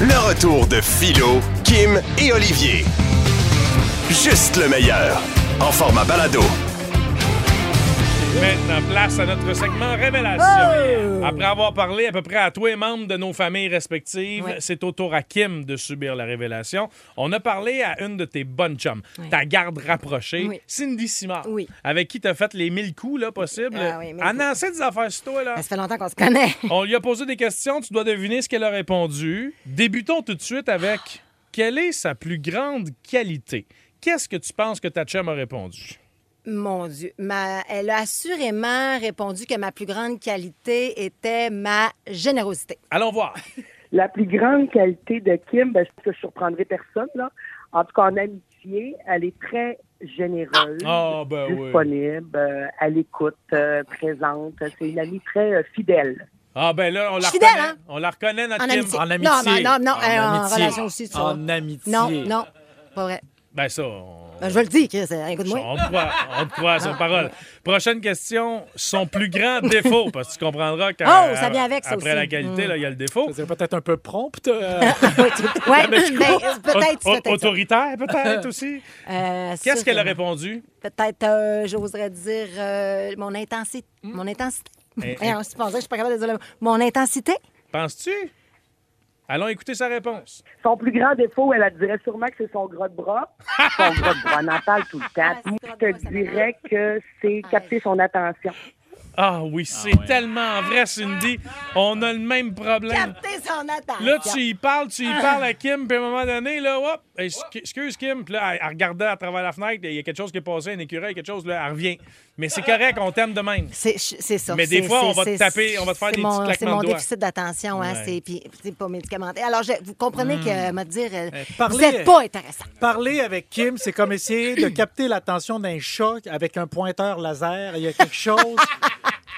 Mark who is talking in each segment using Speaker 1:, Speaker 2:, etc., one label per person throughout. Speaker 1: Le retour de Philo, Kim et Olivier. Juste le meilleur. En format balado.
Speaker 2: Maintenant, place à notre segment Révélation.
Speaker 3: Oh!
Speaker 2: Après avoir parlé à peu près à tous les membres de nos familles respectives, c'est au tour à Kim de subir la révélation. On a parlé à une de tes bonnes chums, ta garde rapprochée,
Speaker 3: Oui.
Speaker 2: Cindy Simard,
Speaker 3: Oui.
Speaker 2: avec qui tu as fait les 1000 coups là, possibles.
Speaker 3: Ah oui, 1000
Speaker 2: Annoncer des affaires sur toi. Là.
Speaker 3: Ça fait longtemps qu'on se connaît.
Speaker 2: On lui a posé des questions, tu dois deviner ce qu'elle a répondu. Débutons tout de suite avec quelle est sa plus grande qualité? Qu'est-ce que tu penses que ta chum a répondu?
Speaker 3: Mon Dieu. Ma- Elle a assurément répondu que ma plus grande qualité était ma générosité.
Speaker 2: Allons voir.
Speaker 4: La plus grande qualité de Kim, ben, je pense que je surprendrai personne, là. En tout cas, en amitié, elle est très généreuse,
Speaker 2: Ah, ben oui.
Speaker 4: disponible, euh, à l'écoute, euh, présente. C'est une amie très euh, fidèle.
Speaker 2: Ah ben là, on la
Speaker 3: Je suis fidèle,
Speaker 2: reconnaît.
Speaker 3: hein?
Speaker 2: On la reconnaît, notre
Speaker 3: En
Speaker 2: Kim.
Speaker 3: amitié.
Speaker 5: En amitié.
Speaker 3: Non, mais non, non,
Speaker 5: En
Speaker 3: euh, en
Speaker 5: amitié.
Speaker 3: relation aussi, tu
Speaker 5: En
Speaker 3: vois.
Speaker 5: amitié.
Speaker 3: Non, non, pas vrai.
Speaker 2: Ben ça, on,
Speaker 3: Ben, je vais le dire, Chris. euh, Écoute-moi.
Speaker 2: on te croit, on te croit à
Speaker 3: Ah.
Speaker 2: son parole. Prochaine question, son plus grand défaut, parce que tu comprendras quand
Speaker 3: Oh, ça vient avec, ça
Speaker 2: après la
Speaker 3: aussi.
Speaker 2: qualité,
Speaker 3: Mm.
Speaker 2: là, il y a le défaut.
Speaker 5: Ça serait peut-être un peu prompte. euh,
Speaker 3: Oui, tu- ouais,
Speaker 2: Mais je
Speaker 3: ben,
Speaker 2: crois-
Speaker 3: peut-être.
Speaker 2: Au- au-
Speaker 3: peut-être ça.
Speaker 2: autoritaire, peut-être aussi.
Speaker 3: Euh,
Speaker 2: Qu'est-ce qu'elle a
Speaker 3: sûrement.
Speaker 2: répondu?
Speaker 3: Peut-être, euh, j'oserais dire, euh, mon intensité. Mon intensité.
Speaker 2: Hmm? Eh,
Speaker 3: Eh, on se pensait, je suis pas capable de dire le mot. Mon intensité?
Speaker 2: Penses-tu? Allons écouter sa réponse.
Speaker 4: Son plus grand défaut, elle, elle dirait sûrement que c'est son gros de bras. Son gros de bras, on en parle tout le temps.
Speaker 3: Ah, c'est
Speaker 4: Moi,
Speaker 3: gros de
Speaker 4: je
Speaker 3: bras, ça
Speaker 4: te dirais que c'est capter son attention.
Speaker 2: Ah oui, c'est tellement vrai, Cindy. On a le même problème.
Speaker 3: Captez son attention.
Speaker 2: Là, tu y parles, tu y
Speaker 3: Ah.
Speaker 2: parles à Kim, puis à un moment donné, là, hop, excu- excuse Kim, puis là, elle, elle regardait à travers la fenêtre, il y a quelque chose qui est passé, un écureuil, quelque chose, là, elle revient. Mais c'est correct, on t'aime de même.
Speaker 3: C'est c'est ça.
Speaker 2: Mais des
Speaker 3: C'est-
Speaker 2: fois, on
Speaker 3: c'est-
Speaker 2: va te
Speaker 3: c'est-
Speaker 2: taper, on va te faire
Speaker 3: c'est
Speaker 2: des
Speaker 3: mon-
Speaker 2: petits claquements
Speaker 3: C'est
Speaker 2: de
Speaker 3: mon
Speaker 2: doigts.
Speaker 3: déficit d'attention, hein,
Speaker 2: Ouais. Hmm.
Speaker 3: c'est puis c'est pas médicamenté. Alors, je- vous comprenez que, me dire, euh,
Speaker 2: Eh,
Speaker 3: vous
Speaker 5: parlez-
Speaker 3: n'êtes pas intéressant.
Speaker 5: Parler avec Kim, c'est comme essayer de capter l'attention d'un chat avec un pointeur laser. Il y a quelque chose.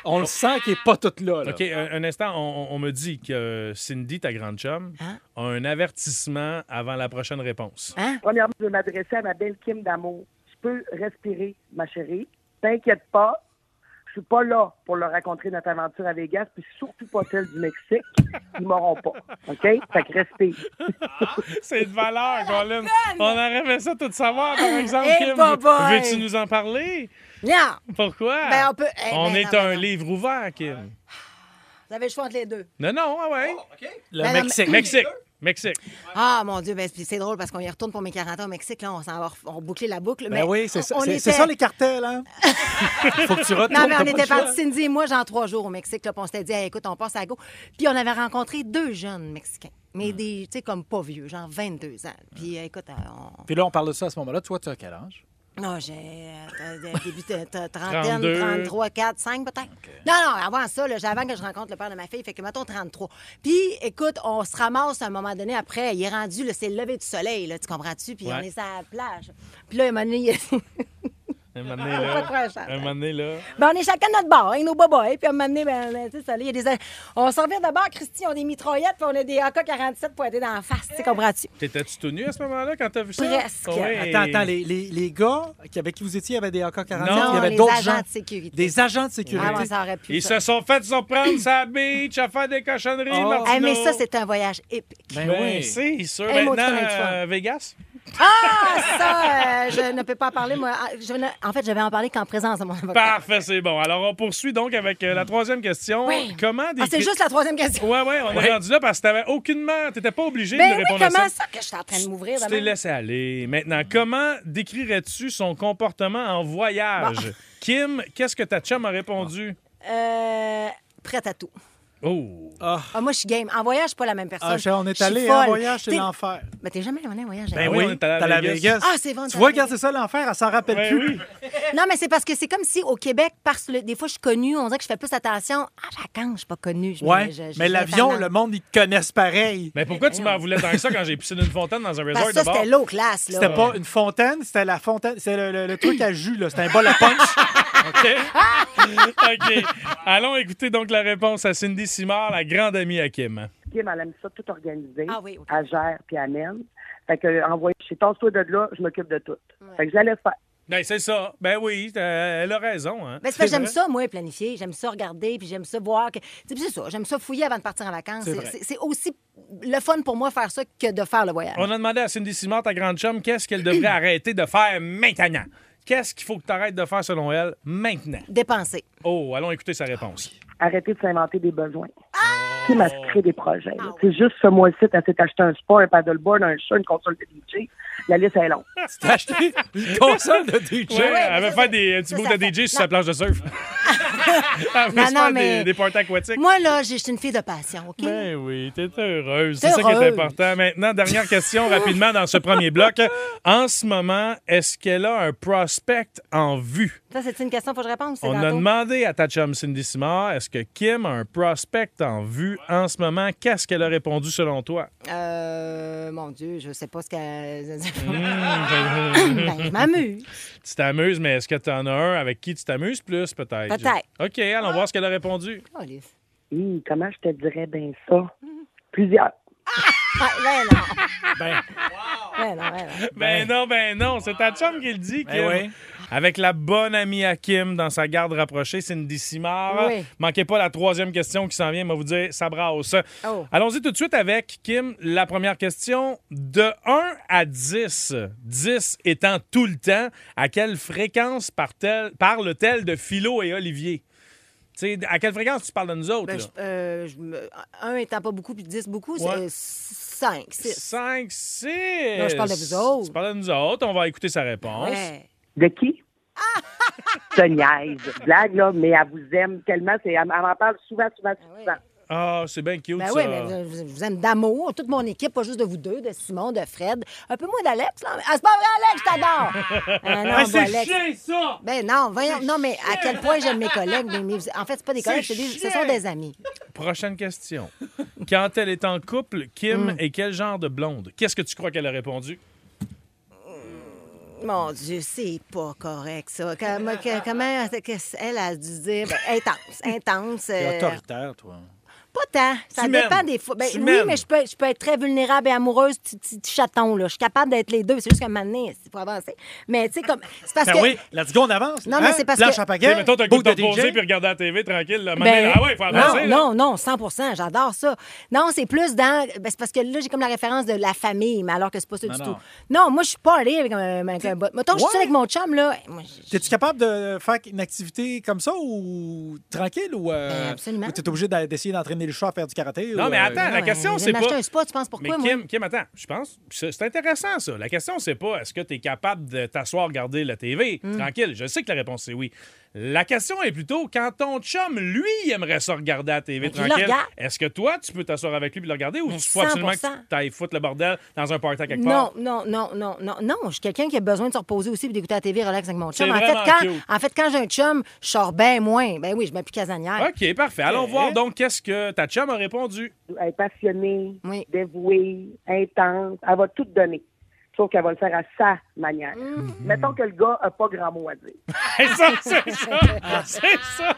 Speaker 5: On le sent qu'il n'est pas tout là. là.
Speaker 2: OK, un, un instant, on, on- on me dit que Cindy, ta grande chum,
Speaker 3: Hein?
Speaker 2: a un avertissement avant la prochaine réponse.
Speaker 3: Hein?
Speaker 4: Premièrement, je vais m'adresser à ma belle Kim d'amour. Tu peux respirer, ma chérie. T'inquiète pas. Je suis pas là pour leur raconter notre aventure à Vegas, puis surtout pas celle du Mexique. Ils m'auront pas. OK? Fait que respire.
Speaker 2: C'est de
Speaker 3: Ah,
Speaker 2: valeur, Colin. On aurait fait ça tout savoir, par exemple,
Speaker 3: Eh,
Speaker 2: Kim.
Speaker 3: bye bye.
Speaker 2: Veux-tu nous en parler?
Speaker 3: Non!
Speaker 2: Pourquoi?
Speaker 3: Ben, on peut- eh,
Speaker 2: Ah. On
Speaker 3: ben,
Speaker 2: est
Speaker 3: non,
Speaker 2: un
Speaker 3: ben, non.
Speaker 2: livre ouvert, Kim.
Speaker 3: Vous avez le choix entre les deux.
Speaker 2: Non, non, ah
Speaker 5: Oh,
Speaker 2: ouais.
Speaker 5: Le
Speaker 3: Ben non,
Speaker 5: Mexique.
Speaker 2: Mexique. Mexique.
Speaker 3: Ah, mon Dieu, ben, puis c'est drôle parce qu'on y retourne pour mes 40 ans au Mexique. Là, on s'en va ref- on boucler la boucle. mais
Speaker 5: Ben oui, c'est ça,
Speaker 3: on
Speaker 5: c'est-
Speaker 3: était-
Speaker 5: c'est ça les cartels. Hein? Faut que tu retournes.
Speaker 3: Non,
Speaker 5: t'as
Speaker 3: mais on
Speaker 5: pas
Speaker 3: était
Speaker 5: le choix.
Speaker 3: partis, Cindy et moi, genre trois jours au Mexique. Là, puis on s'était dit, Hey, écoute, on passe à go. Puis on avait rencontré deux jeunes Mexicains,
Speaker 2: Hmm.
Speaker 3: mais des, tu sais, comme pas vieux, genre 22 ans. Puis euh, écoute, euh, on...
Speaker 5: Puis là, on parle de ça à ce moment-là. Toi, tu as quel âge?
Speaker 3: Non, j'ai euh, t'as- début de t'as trentaine,
Speaker 2: 32.
Speaker 3: 33, 4, 5 peut-être. Non, non, avant ça, là, j'ai- avant que je rencontre le père de ma fille, fait que mettons 33. Puis, écoute, on se ramasse à un moment donné après, il est rendu, là, c'est le lever du soleil, là, tu comprends-tu? Puis
Speaker 2: Ouais.
Speaker 3: on est sur la plage. Puis là, un moment donné, il-
Speaker 2: Un moment donné, là.
Speaker 3: Pas trop cher.
Speaker 2: Un moment donné, là.
Speaker 3: ben, on est chacun de notre bord, hein, nos bobas. Puis à un moment donné, ben, ben, tu sais, ça, là, il y a des... On s'en vient d'abord, Christy, on a des mitraillettes, puis on a des AK-47 pointés dans la face, tu comprends-tu?
Speaker 2: T'étais-tu tout nu à ce moment-là quand t'as vu ça?
Speaker 3: Presque.
Speaker 2: Ouais.
Speaker 5: Attends, attends, les, les, les gars qui- avec qui vous étiez, il y avait des AK-47,
Speaker 2: Non,
Speaker 5: il y avait
Speaker 3: les
Speaker 5: d'autres
Speaker 3: agents
Speaker 5: gens.
Speaker 3: de sécurité.
Speaker 5: Des agents de sécurité.
Speaker 3: Ah, ouais, ça aurait pu.
Speaker 2: Ils
Speaker 3: ça.
Speaker 2: se sont fait surprendre sa beach à faire des cochonneries,
Speaker 5: Oh.
Speaker 2: Martino.
Speaker 3: Hey, Eh, mais ça, c'est un voyage épique.
Speaker 5: Ben
Speaker 2: Ben
Speaker 5: oui.
Speaker 2: c'est sûr.
Speaker 3: Hey, moi,
Speaker 2: Maintenant,
Speaker 3: tu connais le fun.
Speaker 2: euh, Vegas?
Speaker 3: Ah, ça, euh, je ne peux pas en parler. Moi, Ah, je ne- en fait, je vais en parler qu'en présence de mon avocat.
Speaker 2: Parfait, c'est bon. Alors, on poursuit donc avec euh, la troisième question.
Speaker 3: Oui.
Speaker 2: Comment des...
Speaker 3: Ah, c'est juste la troisième question.
Speaker 2: Ouais, ouais, on est rendu là parce que t'avais aucunement... T'étais pas obligé de
Speaker 3: Ben oui,
Speaker 2: répondre à ça.
Speaker 3: comment ça que je suis en train de m'ouvrir?
Speaker 2: Tu
Speaker 3: de
Speaker 2: t'es
Speaker 3: même?
Speaker 2: laissé aller. Maintenant, comment décrirais-tu son comportement en voyage?
Speaker 3: Bah.
Speaker 2: Kim, qu'est-ce que ta chum a répondu?
Speaker 3: Euh, prête à tout.
Speaker 2: Oh!
Speaker 3: Ah, moi, je suis game. En voyage, je suis pas la même personne.
Speaker 5: Ah, je- on
Speaker 3: Je
Speaker 5: est
Speaker 3: suis
Speaker 5: allé en
Speaker 3: folle.
Speaker 5: voyage, c'est
Speaker 3: T'es-
Speaker 5: l'enfer.
Speaker 3: Mais t'es jamais allé en voyage.
Speaker 2: Ben
Speaker 3: hein?
Speaker 2: oui, on est allé à
Speaker 5: t'as la
Speaker 2: Vegas.
Speaker 5: Vegas.
Speaker 3: Ah, c'est vrai, on est
Speaker 5: Tu vois,
Speaker 3: allé à
Speaker 5: regarde, c'est ça l'enfer, elle s'en rappelle
Speaker 2: Ben
Speaker 5: plus.
Speaker 2: oui.
Speaker 3: Non, mais c'est parce que c'est comme si au Québec, parce que le- des fois, je suis connue, on dirait que je fais plus attention. Ah, vacances, je suis pas connue. Je-
Speaker 5: Ouais,
Speaker 3: je- je-
Speaker 5: mais
Speaker 3: je-
Speaker 5: l'avion,
Speaker 3: tellement.
Speaker 5: le monde, ils te connaissent pareil.
Speaker 2: Mais pourquoi tu m'en voulais tant que ça quand j'ai pissé d'une fontaine dans un resort
Speaker 3: Parce que
Speaker 2: de
Speaker 3: Ben, ça,
Speaker 2: bord?
Speaker 3: c'était l'eau classe. Là.
Speaker 5: C'était pas une fontaine, c'était la fontaine, c'est le, le- le truc à jus, là. C'était un bol à punch.
Speaker 2: OK. OK. Allons écouter donc la réponse à Cindy Simard, la grande amie à Kim.
Speaker 4: Kim, elle aime ça tout organisé.
Speaker 3: Ah oui, ok.
Speaker 4: euh, Elle gère puis elle mène. Fait que, envoyé chez toi de là, je m'occupe de tout. Fait que je la laisse faire.
Speaker 2: Ben, c'est ça. Ben oui, euh, elle a raison. Hein.
Speaker 3: Ben, c'est parce que
Speaker 2: C'est
Speaker 3: j'aime
Speaker 2: vrai.
Speaker 3: ça, moi, planifier. J'aime ça regarder, puis j'aime ça voir. Que... tu sais, puis C'est ça, j'aime ça fouiller avant de partir en vacances.
Speaker 5: C'est
Speaker 3: C'est-
Speaker 5: vrai.
Speaker 3: C'est c'est aussi le fun pour moi faire ça que de faire le voyage.
Speaker 2: On a demandé à Cindy Simard, ta grande chum, qu'est-ce qu'elle devrait arrêter de faire maintenant? Qu'est-ce qu'il faut que tu arrêtes de faire selon elle maintenant?
Speaker 3: Dépenser. Ah
Speaker 2: Oh, allons écouter sa réponse.
Speaker 4: Arrêtez de s'inventer des besoins. Tu sais, m'associer des projets. là.
Speaker 3: Ah
Speaker 4: C'est juste ce mois-ci, elle s'est acheté un sport, un paddleboard, un chat, une console de DJ. La liste elle est longue.
Speaker 5: T'as acheté une console de DJ.
Speaker 2: Ouais,
Speaker 3: ouais,
Speaker 2: elle
Speaker 3: mais
Speaker 2: va faire
Speaker 3: ça, ça-
Speaker 2: des un petit
Speaker 3: ça,
Speaker 2: bout
Speaker 3: ça
Speaker 2: de
Speaker 3: fait-
Speaker 2: DJ sur sa planche de surf. elle veut
Speaker 3: Non,
Speaker 2: se
Speaker 3: non,
Speaker 2: faire des,
Speaker 3: mais-
Speaker 2: des parties aquatiques.
Speaker 3: Moi, là, j'ai- je suis une fille de passion, OK?
Speaker 2: Ben oui, t'es heureuse.
Speaker 3: T'es
Speaker 2: C'est ça qui est
Speaker 3: heureuse.
Speaker 2: important. Maintenant, dernière question rapidement dans ce premier bloc. En ce moment, est-ce qu'elle a un prospect en vue?
Speaker 3: Ça, c'est une question, faut que je réponde. ou c'est
Speaker 2: On a
Speaker 3: tantôt?
Speaker 2: demandé à ta chum Cindy Simard, est-ce que Kim a un prospect en vue en ce moment? Qu'est-ce qu'elle a répondu selon toi?
Speaker 3: Euh, mon Dieu, je sais pas ce qu'elle.
Speaker 2: Mmh.
Speaker 3: ben, je m'amuse.
Speaker 2: Tu t'amuses, mais est-ce que tu en as un avec qui tu t'amuses plus, peut-être?
Speaker 3: Peut-être. Ah.
Speaker 2: OK, allons voir ce qu'elle a répondu.
Speaker 3: Calisse.
Speaker 4: Hum, comment je te dirais bien ça? Plusieurs.
Speaker 3: Ah, ben non.
Speaker 5: Ben,
Speaker 3: Ben non, ben non.
Speaker 2: Ben, non, ben non, c'est ta chum qui le dit, Kim.
Speaker 5: Ben oui.
Speaker 2: Avec la bonne amie à Kim dans sa garde rapprochée, Cindy Simard.
Speaker 3: Oui.
Speaker 2: Manquez pas la troisième question qui s'en vient, elle va vous dire, ça brasse.
Speaker 3: Oh.
Speaker 2: Allons-y tout de suite avec, Kim, la première question. De 1 à 10, 10 étant tout le temps, à quelle fréquence parle-t-elle parle-t-elle de Philo et Olivier? Tu sais, à quelle fréquence tu parles de nous autres?
Speaker 3: Ben,
Speaker 2: là?
Speaker 3: je- euh, je me- un étant pas beaucoup, puis dix beaucoup,
Speaker 2: Ouais.
Speaker 3: c'est 5, 6.
Speaker 2: 5, 6.
Speaker 3: Non, je parle de vous autres.
Speaker 2: Tu parles de nous autres. On va écouter sa réponse.
Speaker 4: De qui? Je niaise. Blague, là, mais elle vous aime tellement. c'est- Elle, elle m'en parle souvent, souvent,
Speaker 3: oui.
Speaker 4: souvent.
Speaker 2: Ah, c'est bien cute,
Speaker 3: Ben
Speaker 2: ça.
Speaker 3: oui, mais je, je- je vous aime d'amour, toute mon équipe, pas juste de vous deux, de Simon, de Fred. Un peu moins d'Alex, là. Ah, c'est pas vrai, Alex, je t'adore! Ah, non,
Speaker 5: ben,
Speaker 3: moi,
Speaker 5: c'est
Speaker 3: Alex.
Speaker 5: chiant, ça!
Speaker 3: Ben non, voyons, non, mais à quel point j'aime mes collègues. mais- mais- en fait, c'est pas des collègues, c'est des-
Speaker 2: chiant.
Speaker 3: ce sont des amis.
Speaker 2: Prochaine question. Quand elle est en couple,
Speaker 3: Mm.
Speaker 2: Kim est quel genre de blonde? Qu'est-ce que tu crois qu'elle a répondu?
Speaker 3: Mon Dieu, c'est pas correct, ça. Comment, que- comment c'est que- elle a dû dire? Ben, intense, intense.
Speaker 5: T'es
Speaker 3: euh,
Speaker 5: autoritaire, toi.
Speaker 3: pas tant. Ça
Speaker 2: Tu
Speaker 3: dépend
Speaker 2: m'aimes.
Speaker 3: des fois. Ben,
Speaker 2: Tu
Speaker 3: oui,
Speaker 2: m'aimes.
Speaker 3: mais je peux, je peux être très vulnérable et amoureuse, petit, petit chaton, là. Je suis capable d'être les deux. C'est juste qu'à un moment donné, il faut avancer. Mais tu sais, comme. C'est parce
Speaker 5: Ben
Speaker 3: que.
Speaker 5: oui, let's go, on avance. Hein?
Speaker 3: Non, mais c'est parce
Speaker 5: Planche
Speaker 3: que-
Speaker 5: à
Speaker 2: Tu
Speaker 5: pagaille,
Speaker 2: sais, mettons, t'as le goût
Speaker 5: bout
Speaker 2: de
Speaker 5: de
Speaker 2: te poser
Speaker 5: DJ.
Speaker 2: puis regarder la TV tranquille. Là,
Speaker 3: Ben,
Speaker 2: maintenant, ah ouais, il faut avancer. là.
Speaker 3: non, non, non, 100 j'adore ça. Non, c'est plus dans. ben, c'est parce que là, j'ai comme la référence de la famille, mais alors que c'est pas ça
Speaker 5: Non,
Speaker 3: du
Speaker 5: non.
Speaker 3: tout. Non, moi, je suis pas allée avec un, avec un bot. Mettons, que je suis
Speaker 5: Ouais.
Speaker 3: avec mon chum, là. Moi, je- je-
Speaker 5: T'es-tu capable de faire une activité comme ça ou tranquille ou euh,
Speaker 3: Ben, absolument. Ah
Speaker 5: ou t'es obligé d'a- d'essayer d'entraîner le chat à faire du karaté?
Speaker 2: Non,
Speaker 5: ou,
Speaker 2: mais
Speaker 5: euh,
Speaker 2: attends, la
Speaker 3: Ouais,
Speaker 2: question,
Speaker 3: je
Speaker 2: c'est
Speaker 3: vais m'acheter
Speaker 2: pas.
Speaker 3: un spa, tu penses
Speaker 2: Mais
Speaker 3: pourquoi, moi?
Speaker 2: Kim, Kim, attends, je pense. C'est c'est intéressant, ça. La question, c'est pas est-ce que tu es capable de t'asseoir, regarder la TV?
Speaker 3: Mm.
Speaker 2: Tranquille, je sais que la réponse, c'est oui. La question est plutôt quand ton chum, lui, il aimerait ça regarder la TV
Speaker 3: Mais qu'il le
Speaker 2: tranquille.
Speaker 3: regarde.
Speaker 2: Est-ce que toi, tu peux t'asseoir avec lui et le regarder ou
Speaker 3: Mais
Speaker 2: tu faut absolument que
Speaker 3: 100%.
Speaker 2: tu ailles foutre le bordel dans un party à quelque part?
Speaker 3: Non, non, non, non, non, non. Je suis quelqu'un qui a besoin de se reposer aussi et d'écouter la TV relax avec mon
Speaker 2: C'est
Speaker 3: chum. En fait,
Speaker 2: vraiment
Speaker 3: quand,
Speaker 2: cute.
Speaker 3: en fait, quand j'ai un chum, je sors bien moins. Ben oui, je mets plus casanière.
Speaker 2: OK, parfait. Allons voir donc qu'est-ce que ta chum a répondu.
Speaker 4: Elle est passionnée,
Speaker 3: Oui.
Speaker 4: dévouée, intense. Elle va tout donner. Sauf qu'elle va le faire à sa manière.
Speaker 3: Mm-hmm.
Speaker 4: Mettons que le gars n'a pas grand mot à dire.
Speaker 2: C'est ça, c'est ça, c'est ça.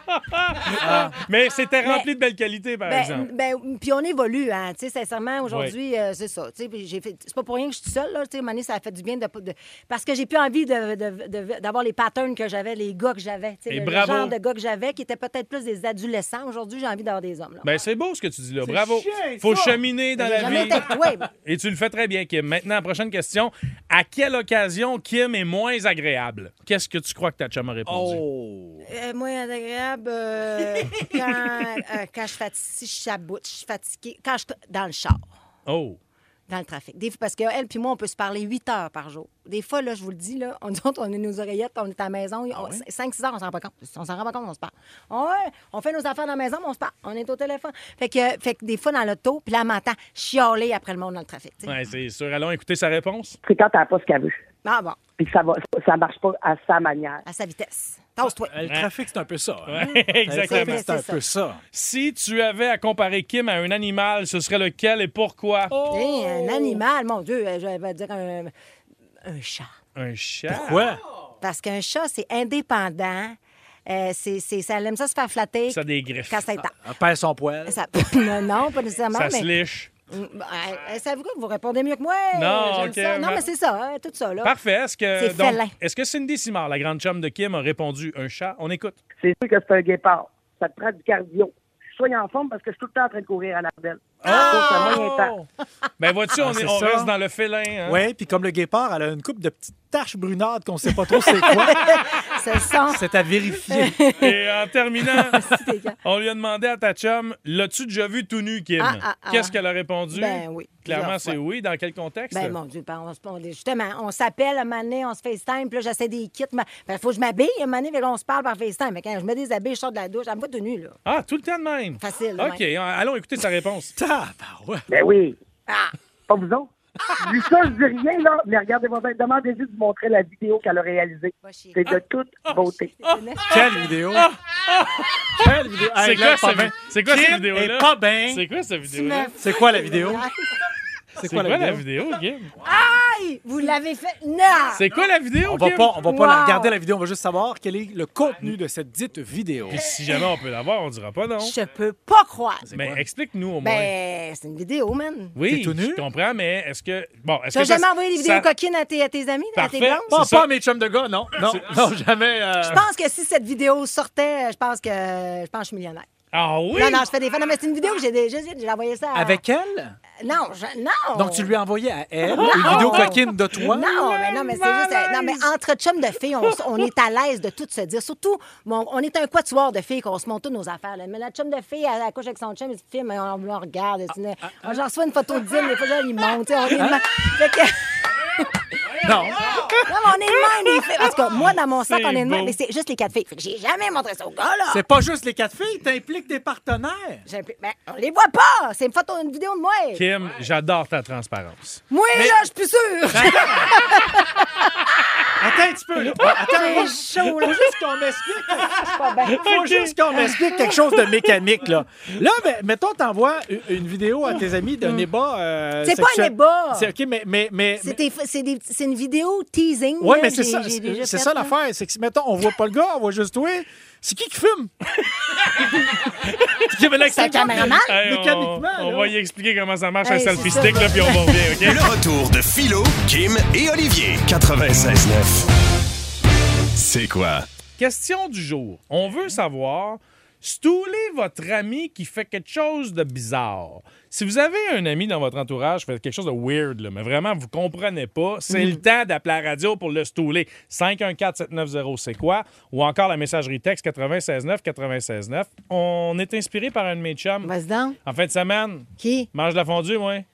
Speaker 2: Mais c'était rempli de belles qualités, par
Speaker 3: Ah. Ben,
Speaker 2: exemple.
Speaker 3: ben, puis on évolue, hein. Tu sais, sincèrement, aujourd'hui, euh, c'est ça. Tu sais, puis j'ai fait- c'est pas pour rien que je suis seule, là. Tu sais, à un moment donné, ça a fait du bien de, de- parce que j'ai plus envie de- de- de- d'avoir les patterns que j'avais, les gars que j'avais. Tu sais,
Speaker 2: Et
Speaker 3: le, le
Speaker 2: bravo.
Speaker 3: genre de gars que j'avais qui étaient peut-être plus des adolescents. Aujourd'hui, j'ai envie d'avoir des hommes, là.
Speaker 2: Ben, c'est beau ce que tu dis là. Bravo.
Speaker 5: chiant,
Speaker 2: Faut
Speaker 5: ça.
Speaker 2: cheminer dans
Speaker 3: J'ai
Speaker 2: la
Speaker 3: jamais
Speaker 2: vie.
Speaker 3: été avec toi, mais-
Speaker 2: Et tu le fais très bien, Kim. Maintenant, prochaine question. À quelle occasion Kim est moins agréable? Qu'est-ce que tu crois que ta chum a répondu?
Speaker 5: Oh!
Speaker 3: Euh, moi, agréable, euh, quand, euh, quand je fatigue, si je chaboute, je suis fatiguée. Quand je dans le char,
Speaker 2: Oh.
Speaker 3: dans le trafic. Des fois, parce que elle puis moi, on peut se parler 8 heures par jour. Des fois, là, je vous le dis, là, on, nous autres, on est nos oreillettes, on est à la maison,
Speaker 2: Ah
Speaker 3: 5-6 heures, on s'en rend pas compte. On s'en rend pas compte, on se parle. On, on fait nos affaires dans la maison, mais on se parle. On est au téléphone. Fait que, fait que des fois, dans l'auto, puis là, elle m'entend chialer après le monde dans le trafic. tu sais.
Speaker 2: Ouais, c'est sûr. Allons écouter sa réponse.
Speaker 4: C'est quand elle n'a pas ce qu'elle veut.
Speaker 3: Ah bon,
Speaker 4: Puis que ça va, ça marche pas à sa manière.
Speaker 3: à sa vitesse. Tasse-toi.
Speaker 5: Le trafic, c'est un peu ça. hein? Le
Speaker 2: Exactement.
Speaker 5: trafic, c'est un
Speaker 3: C'est ça.
Speaker 5: peu ça.
Speaker 2: Si tu avais à comparer Kim à un animal, ce serait lequel et pourquoi?
Speaker 4: Oh.
Speaker 3: Hey, un animal, mon Dieu, euh, je vais dire un, un chat.
Speaker 2: Un chat.
Speaker 5: Ouais.
Speaker 3: Parce qu'un chat, c'est indépendant. Euh, c'est, c'est- ça elle aime ça se faire flatter
Speaker 2: Ça a des griffes.
Speaker 3: quand ça est tard.
Speaker 5: Elle Ah, perd son poil.
Speaker 3: Ça- non, non, pas nécessairement,
Speaker 2: Ça
Speaker 3: mais
Speaker 2: se liche.
Speaker 3: Ben, euh, Savez-vous que vous répondez mieux que moi?
Speaker 2: Non,
Speaker 3: J'aime
Speaker 2: ok,
Speaker 3: ça. Non,
Speaker 2: ma-
Speaker 3: mais c'est ça, hein, tout ça. Là.
Speaker 2: Parfait. Est-ce que,
Speaker 3: C'est
Speaker 2: donc,
Speaker 3: félin.
Speaker 2: est-ce que Cindy Simard, la grande chum de Kim, a répondu un chat? On écoute.
Speaker 4: C'est sûr que c'est un guépard. Ça te prend du cardio. Soyez en forme parce que je suis tout le temps en train de courir à l'ardelle.
Speaker 3: Oh!
Speaker 4: Ça, c'est un moyen temps.
Speaker 2: Ben vois-tu, on,
Speaker 5: Ah,
Speaker 2: est-
Speaker 5: c'est
Speaker 2: on
Speaker 5: ça.
Speaker 2: reste dans le félin. hein?
Speaker 5: Oui, puis comme le guépard, elle a une coupe de petites taches brunades qu'on sait pas trop c'est quoi.
Speaker 3: C'est ça.
Speaker 5: c'est à vérifier.
Speaker 2: Et en terminant, on lui a demandé à ta chum, l'as-tu déjà vu tout nu, Kim?
Speaker 3: Ah, ah, ah.
Speaker 2: Qu'est-ce qu'elle a répondu?
Speaker 3: Ben oui,
Speaker 2: Clairement,
Speaker 3: plusieurs
Speaker 2: c'est oui. Dans quel contexte?
Speaker 3: Ben mon Dieu, ben, on, se- on- justement, on s'appelle un moment donné, on se FaceTime, puis là, j'essaie des kits. Il faut que je m'habille un moment donné, puis là, on se parle par FaceTime. Mais quand je me déshabille, je sors de la douche, elle me voit tenue, là.
Speaker 2: Ah, tout le temps de même.
Speaker 3: Facile, de
Speaker 2: OK, allons écouter sa réponse.
Speaker 5: Tabarouette.
Speaker 4: Ben oui.
Speaker 3: Ah.
Speaker 4: Pas vous autres. Je dis ça, je dis rien, là. Mais regardez-moi bien. Demandez juste de montrer la vidéo qu'elle a réalisée.
Speaker 3: Va chier. Ah,
Speaker 4: C'est de toute beauté.
Speaker 5: Quelle vidéo!
Speaker 6: Ah!
Speaker 5: Quelle vidéo!
Speaker 2: Ah! C'est
Speaker 5: Hey,
Speaker 2: quoi,
Speaker 5: là,
Speaker 2: ce
Speaker 5: pas
Speaker 2: vi-
Speaker 5: bien.
Speaker 2: c'est quoi cette
Speaker 5: Kim
Speaker 2: vidéo-là?
Speaker 5: est pas bien.
Speaker 2: C'est quoi cette vidéo-là?
Speaker 5: C'est quoi la vidéo? C'est
Speaker 2: C'est quoi, la vidéo, Kim?
Speaker 3: Aïe! Vous l'avez fait. Ah, Non!
Speaker 2: C'est quoi la vidéo,
Speaker 5: On va
Speaker 2: Kim?
Speaker 5: pas, on va pas
Speaker 3: Wow. Ah.
Speaker 5: la regarder la vidéo, on va juste savoir quel est le contenu de cette dite vidéo.
Speaker 2: Puis si jamais on peut l'avoir, on dira pas non.
Speaker 3: Je peux pas croire.
Speaker 2: Mais explique-nous au moins.
Speaker 3: Ben, c'est une vidéo, man.
Speaker 2: oui,
Speaker 5: t'es tout nu?
Speaker 2: je comprends, mais est-ce que... Bon, est-ce
Speaker 3: T'as
Speaker 2: que ça-
Speaker 3: jamais envoyé des vidéos
Speaker 2: ça-
Speaker 3: coquines à tes, à tes amis, à
Speaker 2: Parfait.
Speaker 3: tes blondes?
Speaker 5: Pas,
Speaker 2: c'est ça.
Speaker 5: pas à mes chums de gars, non. Non, non jamais. euh,
Speaker 3: Je pense que si cette vidéo sortait, je pense que je pense que je suis millionnaire.
Speaker 2: Ah oui?
Speaker 3: Non, non, je fais des fans. Non, mais c'est une vidéo que j'ai déjà j'ai envoyé ça. à-
Speaker 5: Avec elle?
Speaker 3: Non, je- non.
Speaker 5: Donc, tu lui as envoyé à elle une vidéo coquine de toi?
Speaker 3: Non, mais non, mais c'est juste. euh, Non, mais entre chums de filles, on, s- on est à l'aise de tout se dire. Surtout, bon, on est un quatuor de filles qu'on se montre toutes nos affaires. là. Mais la chum de fille, elle accouche avec son chum, il se filme, on, on le regarde. tu
Speaker 5: Ah,
Speaker 3: sais, on j'en reçois une photo de Dine, des fois, genre, il monte. tu sais, On est de même. Fait que-
Speaker 5: Non.
Speaker 3: non, mais on est de même, les filles. Parce que moi, dans mon sac,
Speaker 2: C'est
Speaker 3: on est de
Speaker 2: beau.
Speaker 3: même. Mais c'est juste les quatre filles. Fait que j'ai jamais montré ça au gars, là.
Speaker 5: C'est pas juste les quatre filles, t'impliques des partenaires.
Speaker 3: J'ai un peu- Ben, on les voit pas! C'est une photo, une vidéo de moi!
Speaker 2: Kim, j'adore ta transparence.
Speaker 3: Moi, là, je suis plus sûre!
Speaker 5: Attends un petit peu. là. Attends, moi, chaud, faut juste qu'on m'explique. Ben, Faut juste qu'on m'explique quelque chose de mécanique, là. Là, ben, mettons, t'envoies u- une vidéo à tes amis d'un débat. euh,
Speaker 3: Mm. C'est pas un
Speaker 5: sexuel.
Speaker 3: débat.
Speaker 5: C'est OK, mais. mais, mais
Speaker 3: C'est des- c'est des- c'est une vidéo teasing.
Speaker 5: Oui,
Speaker 3: là,
Speaker 5: mais c'est
Speaker 3: j'ai-
Speaker 5: ça,
Speaker 3: j'ai
Speaker 5: c'est-
Speaker 3: déjà
Speaker 5: c'est
Speaker 3: faite,
Speaker 5: ça
Speaker 3: là.
Speaker 5: l'affaire. C'est que, mettons, on voit pas le gars, on voit juste toi. C'est qui qui fume? C'est
Speaker 3: C'est un caméraman?
Speaker 2: Hey, on-
Speaker 5: Mécaniquement,
Speaker 2: on,
Speaker 5: là.
Speaker 2: va y expliquer comment ça marche
Speaker 3: Ah, Hey,
Speaker 2: un
Speaker 3: c'est
Speaker 2: selfie
Speaker 3: ça.
Speaker 2: stick, là, puis on va revient, OK?
Speaker 1: Le retour de Philo, Kim et Olivier. 96.9. C'est quoi?
Speaker 2: Question du jour. On veut savoir, stoulez votre ami qui fait quelque chose de bizarre. Si vous avez un ami dans votre entourage qui fait quelque chose de weird, là, mais vraiment, vous comprenez pas, c'est
Speaker 3: Mm.
Speaker 2: le temps d'appeler la radio pour le stouler. 514-790, c'est quoi? Ou encore la messagerie texte 969 969. On est inspiré par un de mes chums.
Speaker 3: Vas-y donc.
Speaker 2: En fin de semaine,
Speaker 3: Qui?
Speaker 2: mange de la fondue, moi.
Speaker 3: Ouais.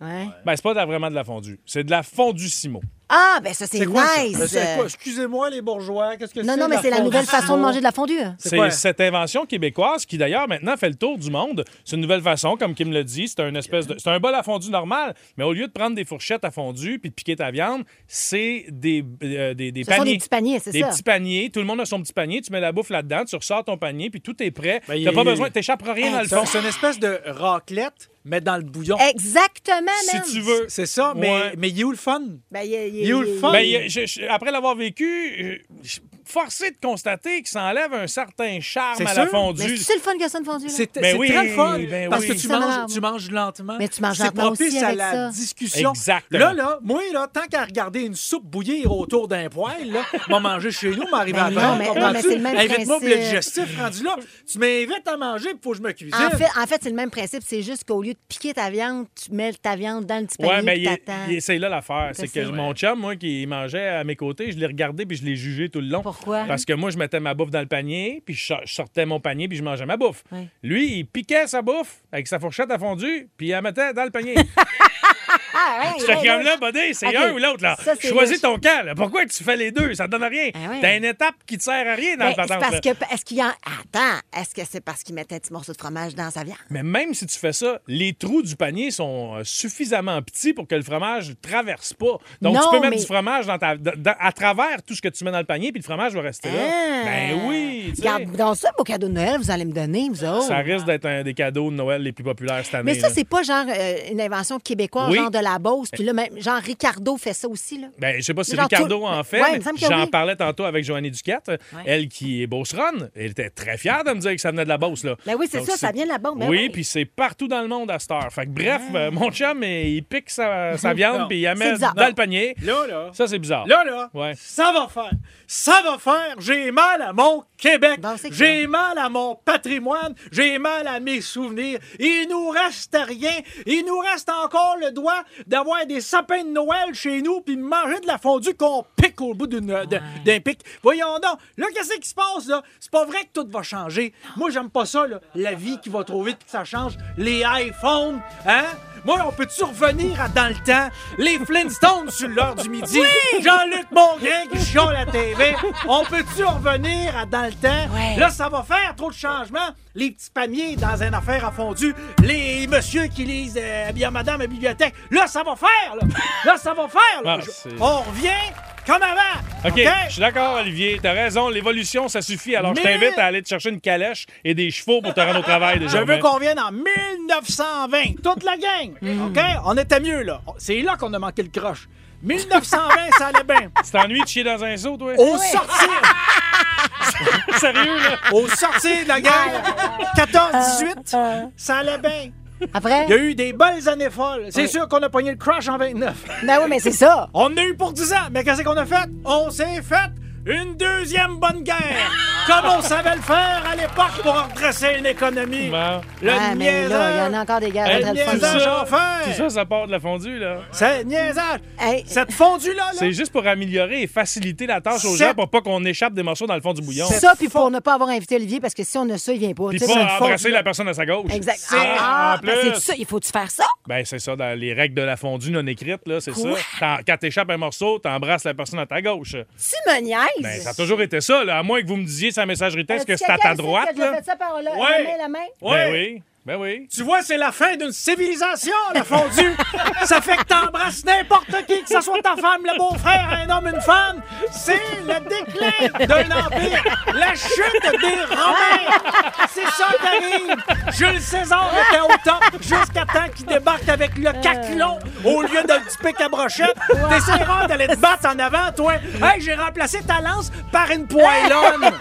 Speaker 2: Ben, c'est pas de la- vraiment de la fondue. C'est de la fondue Simo.
Speaker 3: Ah, ben ça, c'est
Speaker 5: C'est quoi ça?
Speaker 3: nice!
Speaker 5: Mais c'est quoi? Excusez-moi, les bourgeois, qu'est-ce que c'est?
Speaker 3: non, non, mais c'est la
Speaker 5: fondue
Speaker 3: nouvelle façon de
Speaker 5: Simon?
Speaker 3: manger de la fondue. hein.
Speaker 5: C'est
Speaker 2: C'est
Speaker 5: quoi?
Speaker 2: cette invention québécoise qui, d'ailleurs, maintenant fait le tour du monde. C'est une nouvelle façon, comme Kim le dit. C'est un espèce de. C'est un bol à fondue normal, mais au lieu de prendre des fourchettes à fondue puis de piquer ta viande, c'est des, euh, des, des
Speaker 3: Ce sont
Speaker 2: paniers.
Speaker 3: des petits paniers, c'est
Speaker 2: Des
Speaker 3: ça.
Speaker 2: petits paniers. Tout le monde a son petit panier. Tu mets la bouffe là-dedans, tu ressors ton panier, puis tout est prêt.
Speaker 5: Ben,
Speaker 2: T'as
Speaker 5: il-
Speaker 2: pas besoin, t'échapperas rien dans le fond.
Speaker 5: C'est c'est une espèce de raclette, mais dans le bouillon.
Speaker 3: Exactement,
Speaker 2: Si
Speaker 3: man.
Speaker 2: tu veux.
Speaker 5: C'est ça,
Speaker 2: Ouais.
Speaker 5: mais, mais il est où le fun?
Speaker 3: Ben, il est- il est-
Speaker 5: Il est où le
Speaker 3: il est-
Speaker 5: fun?
Speaker 2: Ben, il y a- je- je- après l'avoir vécu, je- je- forcé de constater qu'il s'enlève un certain charme
Speaker 5: C'est
Speaker 2: à la
Speaker 5: sûr.
Speaker 3: Mais
Speaker 2: fondue.
Speaker 3: c'est le fun que ça, une fondue, là?
Speaker 5: C'est
Speaker 2: Ben
Speaker 5: c'est
Speaker 2: oui,
Speaker 5: très le fun
Speaker 2: ben
Speaker 5: parce
Speaker 2: oui.
Speaker 5: que tu
Speaker 3: Ça
Speaker 5: manges,
Speaker 3: m'énerve.
Speaker 5: tu manges lentement.
Speaker 3: Mais tu manges
Speaker 5: C'est
Speaker 3: lentement
Speaker 5: propice
Speaker 3: aussi
Speaker 5: à
Speaker 3: avec
Speaker 5: la
Speaker 3: ça.
Speaker 5: discussion.
Speaker 2: Exactement.
Speaker 5: Là, là, moi, là, tant qu'à regarder une soupe bouillir autour d'un poêle, là, m'a mangé chez nous, m'arriver
Speaker 3: Ben
Speaker 5: à
Speaker 3: non,
Speaker 5: table,
Speaker 3: mais- non,
Speaker 5: comprends-tu?
Speaker 3: mais c'est le même
Speaker 5: Invite-moi pour le
Speaker 3: principe.
Speaker 5: digestif, rendu là. Tu m'invites à manger, il faut que je me cuisine.
Speaker 3: En fait, en fait c'est le même principe. C'est juste qu'au lieu de piquer ta viande, tu mets ta viande dans le petit
Speaker 2: Ouais,
Speaker 3: panier
Speaker 2: mais
Speaker 3: puis
Speaker 2: il est-
Speaker 3: t'attends.
Speaker 2: il est- c'est là l'affaire.
Speaker 3: C'est
Speaker 2: C'est que
Speaker 3: ça.
Speaker 2: mon chum, moi, qui mangeait à mes côtés, je l'ai regardé puis je l'ai jugé tout le long.
Speaker 3: Pourquoi?
Speaker 2: Parce que moi, je mettais ma bouffe dans le panier, puis je sor- je sortais mon panier, puis je mangeais ma bouffe.
Speaker 3: Ouais.
Speaker 2: Lui, il piquait sa bouffe avec sa fourchette à fondue, puis il la mettait dans le panier.
Speaker 3: Ah, ouais,
Speaker 2: J'étais
Speaker 3: ouais,
Speaker 2: comme
Speaker 3: ouais.
Speaker 2: là, buddy, c'est
Speaker 3: Ok.
Speaker 2: un ou l'autre, là.
Speaker 3: Ça, c'est
Speaker 2: Choisis
Speaker 3: louche.
Speaker 2: ton camp, là. Pourquoi tu fais les deux? Ça te donne rien.
Speaker 3: Ah ouais.
Speaker 2: T'as une étape qui te sert à rien dans
Speaker 3: Ben,
Speaker 2: le
Speaker 3: c'est
Speaker 2: patente,
Speaker 3: parce
Speaker 2: là.
Speaker 3: que est-ce qu'il y a attends est-ce que c'est parce qu'il mettait un petit morceau de fromage dans sa viande
Speaker 2: Mais même si tu fais ça, les trous du panier sont euh, suffisamment petits pour que le fromage ne traverse pas. Donc,
Speaker 3: Non,
Speaker 2: tu peux mettre
Speaker 3: mais-
Speaker 2: du fromage dans ta- dans- dans- à travers tout ce que tu mets dans le panier, puis le fromage va rester là.
Speaker 3: Ah!
Speaker 2: Ben oui! tu sais.
Speaker 3: Regarde dans ça beau cadeau de Noël vous allez me donner vous autres
Speaker 2: Ça risque d'être un des cadeaux de Noël les plus populaires cette année.
Speaker 3: mais ça
Speaker 2: là.
Speaker 3: c'est pas genre euh, une invention québécoise
Speaker 2: Oui.
Speaker 3: genre de la Beauce. Puis là, même, genre Ricardo fait ça aussi. Là.
Speaker 2: Ben, je sais pas si
Speaker 3: Genre
Speaker 2: Ricardo
Speaker 3: tout-
Speaker 2: en fait.
Speaker 3: Ouais, il
Speaker 2: mais
Speaker 3: me semble que
Speaker 2: J'en
Speaker 3: oui.
Speaker 2: parlais tantôt avec Joanie Duquette, elle qui est Beauceronne. Elle était très fière de me dire que ça venait de la Beauce. Là.
Speaker 3: Ben oui, c'est
Speaker 2: Donc,
Speaker 3: ça, ça vient de la Beauce. Ben
Speaker 2: oui,
Speaker 3: oui.
Speaker 2: puis c'est partout dans le monde à cette heure. Fait que bref, euh, mon chum, eh, il pique sa, sa viande
Speaker 5: Non.
Speaker 2: puis il la
Speaker 3: C'est
Speaker 2: met
Speaker 3: bizarre.
Speaker 2: dans le panier.
Speaker 5: Là, là.
Speaker 2: Ça, c'est bizarre.
Speaker 5: Là, là,
Speaker 2: Ouais.
Speaker 5: ça va faire. Ça va faire. J'ai mal à mon Québec.
Speaker 3: Bon, c'est
Speaker 5: J'ai mal à mon patrimoine. J'ai mal à mes souvenirs. Il nous reste rien. Il nous reste encore le droit d'avoir des sapins de Noël chez nous puis de manger de la fondue qu'on pique au bout d'une- de- d'un pic. Voyons donc. Là, qu'est-ce qui se passe, là? C'est pas vrai que tout va changer. Moi, j'aime pas ça, là. La vie qui va trop vite puis que ça change. Les iPhones, hein? Moi, on peut-tu revenir à dans le temps? Les Flintstones sur l'heure du midi? Jean-Luc Mongrain qui chiale à TV? On peut-tu revenir à dans le temps?
Speaker 3: Ouais.
Speaker 5: Là, ça va faire trop de changements. Les petits paniers dans une affaire à fondu. Les messieurs qui lisent euh, bien madame à bibliothèque. Là, ça va faire, là. Là, ça va faire, là.
Speaker 2: Ah,
Speaker 5: Je-
Speaker 2: c'est-
Speaker 5: on revient comme avant.
Speaker 2: OK, je suis d'accord, Olivier. T'as raison, l'évolution, ça suffit. Alors, je
Speaker 5: Mais-
Speaker 2: t'invite à aller te chercher une calèche et des chevaux pour te rendre au travail.
Speaker 5: Je
Speaker 2: désormais.
Speaker 5: veux qu'on vienne en 1920. Toute la gang.
Speaker 2: Mm.
Speaker 5: OK? On était mieux, là. C'est là qu'on a manqué le croche. 1920, ça allait bien.
Speaker 2: Tu t'ennuies de chier dans un seau, toi?
Speaker 5: Au sortir,
Speaker 2: Sérieux, là? Ah,
Speaker 5: au sortir de la guerre, 14-18, ça allait bien.
Speaker 3: Après,
Speaker 5: Il y a eu des belles années folles. C'est sûr qu'on a pogné le crash en 29.
Speaker 3: ben oui, mais c'est ça.
Speaker 5: On en a eu pour 10 ans, mais qu'est-ce qu'on a fait? On s'est fait une deuxième bonne guerre, comme on savait le faire à l'époque pour redresser une économie.
Speaker 2: Bon.
Speaker 5: Le
Speaker 3: ah, mais là, il y en a encore des gars
Speaker 2: Hey,
Speaker 3: très le fun.
Speaker 5: niaiseux.
Speaker 3: là.
Speaker 5: j'en fais.
Speaker 2: Eh tout ça, ça part de la fondue, là.
Speaker 5: C'est niaisage.
Speaker 3: Hey.
Speaker 5: Cette fondue-là, là,
Speaker 2: C'est juste pour améliorer et faciliter la tâche aux
Speaker 5: Sept-
Speaker 2: gens pour pas qu'on échappe des morceaux dans le fond du bouillon.
Speaker 3: Ça, puis pour ne pas avoir invité Olivier, parce que si on a ça, il vient pas.
Speaker 2: Puis
Speaker 3: Tu sais,
Speaker 2: pas
Speaker 3: c'est-
Speaker 2: embrasser la personne à sa gauche.
Speaker 3: Exact.
Speaker 5: C'est-
Speaker 3: Ah,
Speaker 2: en
Speaker 3: ben,
Speaker 2: plus.
Speaker 3: c'est ça. Il faut-tu faire ça?
Speaker 2: Ben, c'est ça, dans les règles de la fondue non écrites, là, c'est ça.
Speaker 3: Quoi?
Speaker 2: T'en- Quand t'échappes un morceau, t'embrasses la personne à ta gauche.
Speaker 3: Tu me niaises. Euh,
Speaker 2: Ben, ça a toujours été ça, là. À moins que vous me disiez sa messagerie texte que c'est à ta droite,
Speaker 3: J'ai
Speaker 2: là.
Speaker 3: fait ça par là.
Speaker 5: Ouais.
Speaker 3: La main, la main.
Speaker 2: Ben oui. Ben oui.
Speaker 5: Tu vois, c'est la fin d'une civilisation, la fondue. ça fait que t'embrasses n'importe qui, que ce soit ta femme, le beau-frère, un homme, une femme. C'est le déclin d'un empire, la chute des Romains. C'est ça qui arrive. Jules César était au top jusqu'à temps qu'il débarque avec le caquelon au lieu d'un petit pic à brochette. T'essaieras d'aller te battre en avant, toi. Hey, j'ai remplacé ta lance par une poêlonne.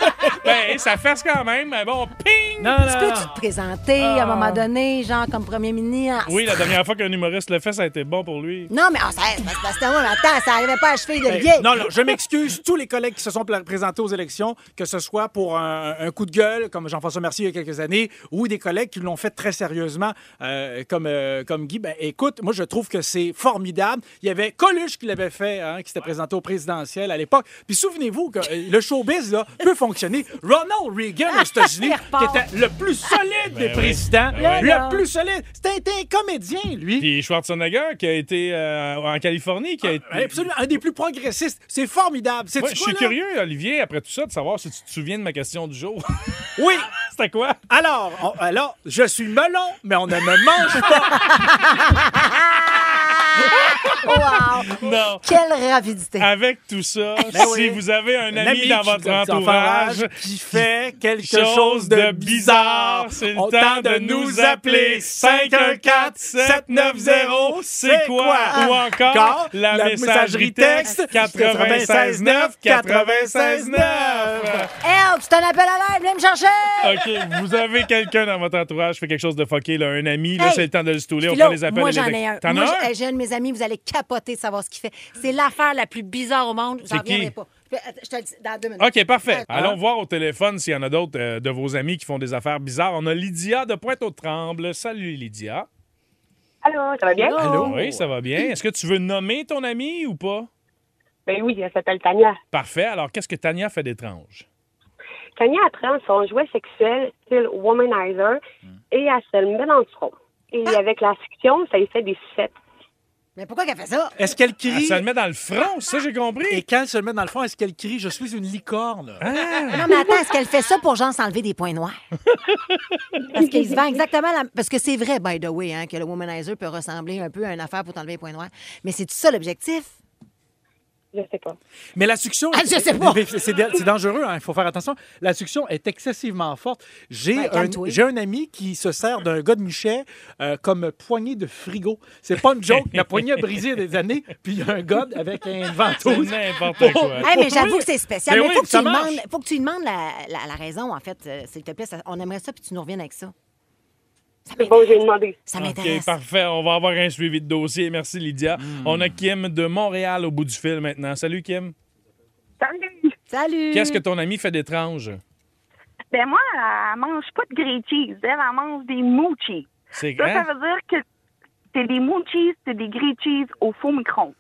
Speaker 2: Ben, ça fesse quand même. mais Bon, ping!
Speaker 3: Tu peux-tu te présenter à un moment donné, genre comme premier ministre? Ah,
Speaker 2: Oui, la dernière fois qu'un humoriste le fait, ça a été bon pour lui.
Speaker 3: Non, mais ah, ça, c'est parce que c'était moi, mais attends, ça n'arrivait pas à
Speaker 2: Ben,
Speaker 3: cheville d'Olivier.
Speaker 5: Non, non, Ah, je m'excuse tous les collègues qui se sont pla- présentés aux élections, que ce soit pour un, un coup de gueule, comme Jean-François Mercier il y a quelques années, ou des collègues qui l'ont fait très sérieusement, euh, comme, euh, comme Guy. Ben, écoute, moi, je trouve que c'est formidable. Il y avait Coluche qui l'avait fait, hein, qui s'était présenté au présidentiel à l'époque. Puis souvenez-vous que euh, le showbiz là, peut fonctionner. Ronald Reagan aux États-Unis,
Speaker 3: Il
Speaker 5: qui
Speaker 3: repart.
Speaker 5: était le plus solide des
Speaker 2: Ben oui.
Speaker 5: présidents,
Speaker 2: Ben
Speaker 3: oui.
Speaker 5: le plus solide. C'était un comédien, lui.
Speaker 2: Puis Schwarzenegger, qui a été euh, en Californie, qui a été.
Speaker 5: Ouais, Ah, Absolument, un des plus progressistes. C'est formidable. C'est
Speaker 2: Ouais, je suis curieux, Olivier, après tout ça, de savoir si tu te souviens de ma question du jour.
Speaker 5: Oui,
Speaker 2: C'était quoi?
Speaker 5: Alors, on- alors, je suis melon, mais on ne me mange pas.
Speaker 3: Ah. Wow!
Speaker 2: Non.
Speaker 3: Quelle ravidité.
Speaker 2: Avec tout ça, si vous avez Ben un, ami,
Speaker 5: qui-
Speaker 2: dans votre
Speaker 5: dans son
Speaker 2: entourage,
Speaker 5: qui fait quelque
Speaker 2: chose
Speaker 5: chose de
Speaker 2: de
Speaker 5: bizarre,
Speaker 2: bizarre, c'est le
Speaker 5: on
Speaker 2: temps
Speaker 5: tente
Speaker 2: de nous appeler 514-790, c'est quoi? Ou encore, la messagerie texte 96 96.9.
Speaker 3: Elle, tu t'en appelles à l'aide, viens me chercher!
Speaker 2: OK, vous avez quelqu'un dans votre entourage, fait quelque chose de fucké, là, un ami, là,
Speaker 3: Hey!
Speaker 2: c'est le temps de le stouler, on
Speaker 3: Philo,
Speaker 2: prend les appels.
Speaker 3: moi,
Speaker 2: et les
Speaker 3: j'en
Speaker 2: textes.
Speaker 3: ai un.
Speaker 2: T'en
Speaker 3: Moi,
Speaker 2: as
Speaker 3: j'ai-
Speaker 2: un?
Speaker 3: j'ai un de mes amis, vous allez capoter de savoir ce qu'il fait. C'est l'affaire la plus bizarre au monde. J'en
Speaker 2: C'est qui?
Speaker 3: reviendrai pas. Je peux- attends, Je te le dis dans deux minutes.
Speaker 2: OK, parfait.
Speaker 3: Ah.
Speaker 2: Allons voir au téléphone s'il y en a d'autres euh, de vos amis qui font des affaires bizarres. On a Lydia de Pointe-aux-Trembles. Salut, Lydia. Ah
Speaker 7: Allô, ça va bien?
Speaker 5: Allô?
Speaker 2: Oui, ça va bien. Est-ce que tu veux nommer ton ami ou pas?
Speaker 7: Ben oui, elle s'appelle Tania.
Speaker 2: Parfait. Alors, qu'est-ce que Tania fait d'étrange?
Speaker 7: Tania apprend son jouet sexuel, style womanizer, et elle se le met dans le front. Et avec la fiction, ça lui fait des sucettes.
Speaker 3: Mais pourquoi qu'elle fait ça?
Speaker 5: Est-ce qu'elle
Speaker 2: Elle
Speaker 5: crie?
Speaker 2: se Ah, le met dans le front, ça, j'ai
Speaker 5: Et
Speaker 2: compris. Ah.
Speaker 5: quand elle se le met dans le fond, est-ce qu'elle crie « Je suis une licorne
Speaker 3: Non, mais attends, est-ce qu'elle fait ça pour genre s'enlever des points noirs? Parce qu'il se vend exactement la... Parce que c'est vrai, by the way, hein, que le womanizer peut ressembler un peu à une affaire pour t'enlever les points noirs. Mais c'est tout ça l'objectif?
Speaker 7: Je sais pas.
Speaker 5: Mais la succion.
Speaker 3: Ah, je sais pas.
Speaker 5: Mais C'est c'est- c'est dangereux, hein, il faut faire attention. La succion est excessivement forte. J'ai
Speaker 3: Ben,
Speaker 5: un,
Speaker 3: calme-toi.
Speaker 5: j'ai un ami qui se sert d'un gars de Michet euh, comme poignée de frigo. C'est pas une joke. La poignée a brisé des années, puis il y a un gars avec un
Speaker 2: C'est
Speaker 5: ventouse.
Speaker 2: n'importe quoi.
Speaker 3: Hey, mais j'avoue que c'est spécial.
Speaker 2: Mais
Speaker 5: Ben
Speaker 2: Ben
Speaker 3: Mais,
Speaker 2: oui,
Speaker 3: faut, que
Speaker 2: ça
Speaker 3: tu lui
Speaker 2: marche.
Speaker 3: demandes, faut que tu lui demandes la, la- la raison, en fait, euh, s'il te plaît. Ça- on aimerait ça, puis tu nous reviennes avec ça. Ça
Speaker 7: C'est bon,
Speaker 3: m'intéresse.
Speaker 7: j'ai demandé.
Speaker 3: Ça
Speaker 2: OK,
Speaker 3: m'intéresse.
Speaker 2: parfait. On va avoir un suivi de dossier. Merci, Lydia. On a Kim de Montréal au bout du fil maintenant. Salut,
Speaker 3: Hmm.
Speaker 2: Kim.
Speaker 8: Salut.
Speaker 3: Salut.
Speaker 2: Qu'est-ce que ton ami fait d'étrange?
Speaker 8: Ben moi, elle mange pas de grilled cheese. Elle, elle mange des moochies.
Speaker 2: C'est
Speaker 8: Ça, ça
Speaker 2: hein?
Speaker 8: veut dire que c'est des moochies, c'est des grilled cheese au faux micron.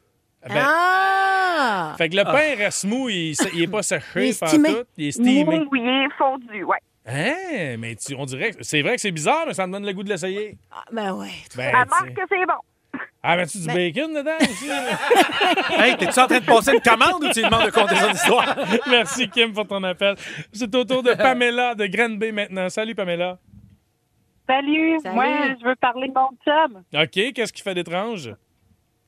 Speaker 2: Ben,
Speaker 3: Ah!
Speaker 2: Fait que le pain reste mou, il, s- il est pas
Speaker 3: Il
Speaker 2: séché,
Speaker 3: est steamé.
Speaker 2: pantoute, il est steamé.
Speaker 8: Mouillé, fondu, ouais.
Speaker 2: Hein? Mais tu- on dirait que c'est vrai que c'est bizarre, mais ça me donne le goût de l'essayer.
Speaker 3: Ah, Ben ouais.
Speaker 2: Ben,
Speaker 8: Elle
Speaker 2: tu-
Speaker 8: marque que c'est bon.
Speaker 2: Ah, mais tu du
Speaker 3: Ben-
Speaker 2: bacon dedans aussi?
Speaker 5: Hey, t'es-tu en train de passer une commande ou tu lui demandes de compter son histoire?
Speaker 2: Merci, Kim, pour ton appel. C'est au tour de Pamela de Grande Bay maintenant. Salut, Pamela.
Speaker 9: Salut.
Speaker 3: Salut.
Speaker 9: Moi, je veux parler de mon chum.
Speaker 2: OK, qu'est-ce qu'il fait d'étrange?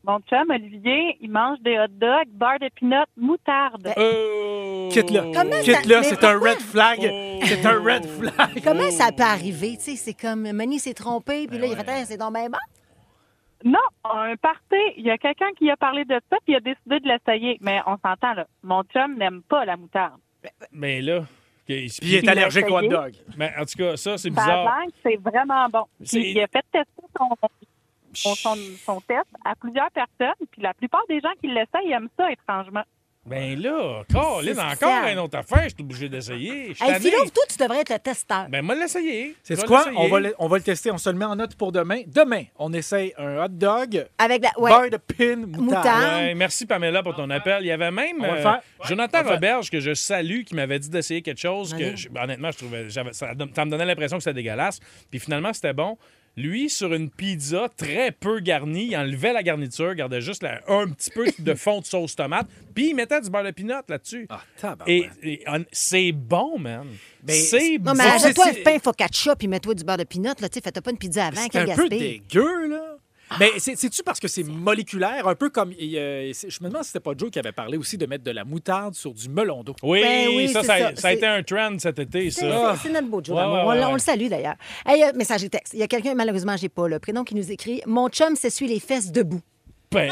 Speaker 9: Mon chum, Olivier, il mange des hot dogs, beurre de peanuts,
Speaker 3: Ben,
Speaker 9: moutarde.
Speaker 2: Oh!
Speaker 5: Quitte-le.
Speaker 3: Comment ça-
Speaker 5: Quitte-le,
Speaker 3: mais
Speaker 5: c'est un
Speaker 3: pourquoi?
Speaker 5: red flag.
Speaker 2: Oh.
Speaker 5: C'est un red flag.
Speaker 3: Comment ça peut arriver? Tu sais, c'est comme Mani s'est trompé, puis là, il a fait, Ah, c'est donc ben bon.
Speaker 9: Non, un party. Il y a quelqu'un qui a parlé de ça, puis il a décidé de l'essayer. Mais on s'entend, là. Mon chum n'aime pas la moutarde.
Speaker 2: Mais Ben là, OK, il se-
Speaker 5: Puis il est allergique au hot dog.
Speaker 2: mais en tout cas, ça, c'est
Speaker 9: Ça a
Speaker 2: bizarre.
Speaker 9: l'air que c'est vraiment bon. Puis
Speaker 2: C'est-
Speaker 9: il a fait tester son, son, son- son test à plusieurs personnes, puis la plupart des gens qui l'essayent aiment ça, étrangement.
Speaker 2: Ben là, Colin,
Speaker 3: C'est
Speaker 2: encore
Speaker 3: spécial.
Speaker 2: une autre affaire, je suis obligé d'essayer. Je suis
Speaker 3: Hey,
Speaker 2: tanné.
Speaker 3: Philo, toi, tu devrais être le testeur.
Speaker 2: Ben, moi, l'essayer.
Speaker 5: C'est
Speaker 2: Je vais
Speaker 5: quoi?
Speaker 2: l'essayer.
Speaker 5: On va, le, on va le tester. On se le met en note pour demain. Demain, on essaye un hot dog,
Speaker 3: Avec la. Ouais.
Speaker 5: beurre de pin, moutarde.
Speaker 3: Moutarde.
Speaker 2: Ouais, merci Pamela pour ton appel. Il y avait même
Speaker 5: On va le
Speaker 2: euh,
Speaker 5: faire.
Speaker 2: Jonathan
Speaker 5: On va le faire.
Speaker 2: Roberge que je salue qui m'avait dit d'essayer quelque chose que je- honnêtement je trouvais j'avais- ça, don- ça me donnait l'impression que c'était dégueulasse. Puis finalement c'était bon. Lui sur une pizza très peu garnie, il enlevait la garniture, gardait juste la- un petit peu de fond de sauce tomate, puis il mettait du beurre de pinot là-dessus.
Speaker 5: Ah, tabarouette.
Speaker 2: et et, hon- c'est bon man.
Speaker 5: Ben,
Speaker 2: c'est bon.
Speaker 3: Non, mais
Speaker 5: Bon,
Speaker 3: achète-toi un
Speaker 5: c'est-
Speaker 3: pain focaccia, puis mets-toi du beurre de pinot, là. Tu sais, fais-toi pas une pizza avant,
Speaker 5: C'est
Speaker 3: quel
Speaker 5: un peu
Speaker 3: Hein, gaspille. Ah!
Speaker 5: dégueu, là. Mais c'est- c'est-tu parce que c'est moléculaire, un peu comme. et, euh, c'est- je me demande si c'était pas Joe qui avait parlé aussi de mettre de la moutarde sur du melon d'eau.
Speaker 2: Oui,
Speaker 3: Ben oui,
Speaker 2: ça,
Speaker 3: c'est
Speaker 2: ça,
Speaker 3: ça.
Speaker 2: ça a été
Speaker 3: C'est-
Speaker 2: un trend cet été,
Speaker 3: C'est
Speaker 2: ça.
Speaker 3: c'est- c'est notre beau Joe
Speaker 2: Ouais,
Speaker 3: Lamour.
Speaker 2: ouais,
Speaker 3: On l-
Speaker 2: ouais,
Speaker 3: on,
Speaker 2: ouais.
Speaker 3: le salue d'ailleurs. Hey, euh, message et texte. Il y a quelqu'un, malheureusement, j'ai pas le prénom, qui nous écrit Mon chum s'essuie les fesses debout.
Speaker 2: Ben,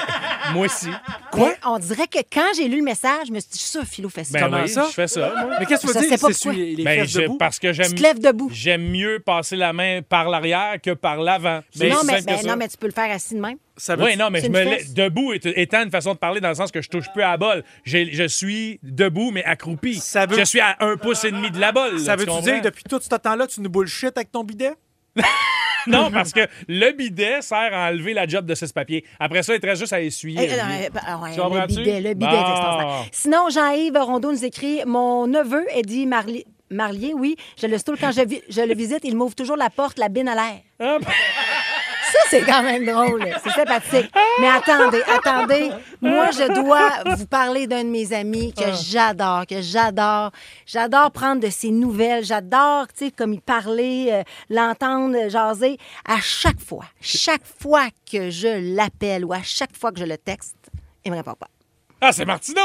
Speaker 2: moi aussi.
Speaker 3: Quoi? on dirait que quand j'ai lu le message, je me suis dit, je suis sûre, Philo fait ça.
Speaker 2: Ben
Speaker 5: Comment
Speaker 2: oui,
Speaker 5: ça?
Speaker 2: je fais ça. moi.
Speaker 5: Mais qu'est-ce que
Speaker 3: Je
Speaker 5: tu veux
Speaker 3: sais
Speaker 5: dire?
Speaker 3: pas
Speaker 5: C'est sur
Speaker 3: pourquoi.
Speaker 5: les les
Speaker 2: Ben,
Speaker 5: fesses
Speaker 2: j'ai-
Speaker 5: debout?
Speaker 2: parce que j'aime
Speaker 3: Tu te lèves debout.
Speaker 2: J'aime mieux passer la main par l'arrière que par l'avant. C'est
Speaker 3: non,
Speaker 2: aussi
Speaker 3: mais,
Speaker 2: simple que
Speaker 3: ben,
Speaker 2: ça.
Speaker 3: non, mais tu peux le faire assis de même.
Speaker 5: Ça veut-
Speaker 2: Oui, non, mais
Speaker 3: c'est
Speaker 2: je
Speaker 3: une
Speaker 2: me
Speaker 3: fesse.
Speaker 2: lève debout est- étant une façon de parler dans le sens que je touche plus à la bolle. J'ai- Je suis debout, mais accroupi.
Speaker 5: Ça veut-
Speaker 2: Je suis à un pouce et demi de la bolle.
Speaker 5: Ça
Speaker 2: là, tu
Speaker 5: veut-tu
Speaker 2: comprends?
Speaker 5: dire que depuis tout ce temps-là, tu nous bullshit avec ton bidet?
Speaker 2: Non, parce que le bidet sert à enlever la job de ce papier. Après ça, il te reste juste à essuyer.
Speaker 3: Eh, non, eh, ben, ah ouais,
Speaker 2: Tu
Speaker 3: le
Speaker 2: comprends-tu?
Speaker 3: bidet, le bidet est
Speaker 2: Bon.
Speaker 3: extraordinaire. Sinon, Jean-Yves Rondeau nous écrit Mon neveu, Eddie Marli- Marlier, oui, je le stoule quand je, vi- je le visite, il m'ouvre toujours la porte, la bine à l'air.
Speaker 2: Ah, ben,
Speaker 3: Ça, c'est quand même drôle. C'est sympathique. Mais attendez, attendez. Moi, je dois vous parler d'un de mes amis que j'adore, que j'adore. J'adore prendre de ses nouvelles. J'adore, tu sais, comme il parlait, euh, l'entendre jaser. À chaque fois, chaque fois que je l'appelle ou à chaque fois que je le texte, il me répond pas.
Speaker 2: ah, c'est Martino!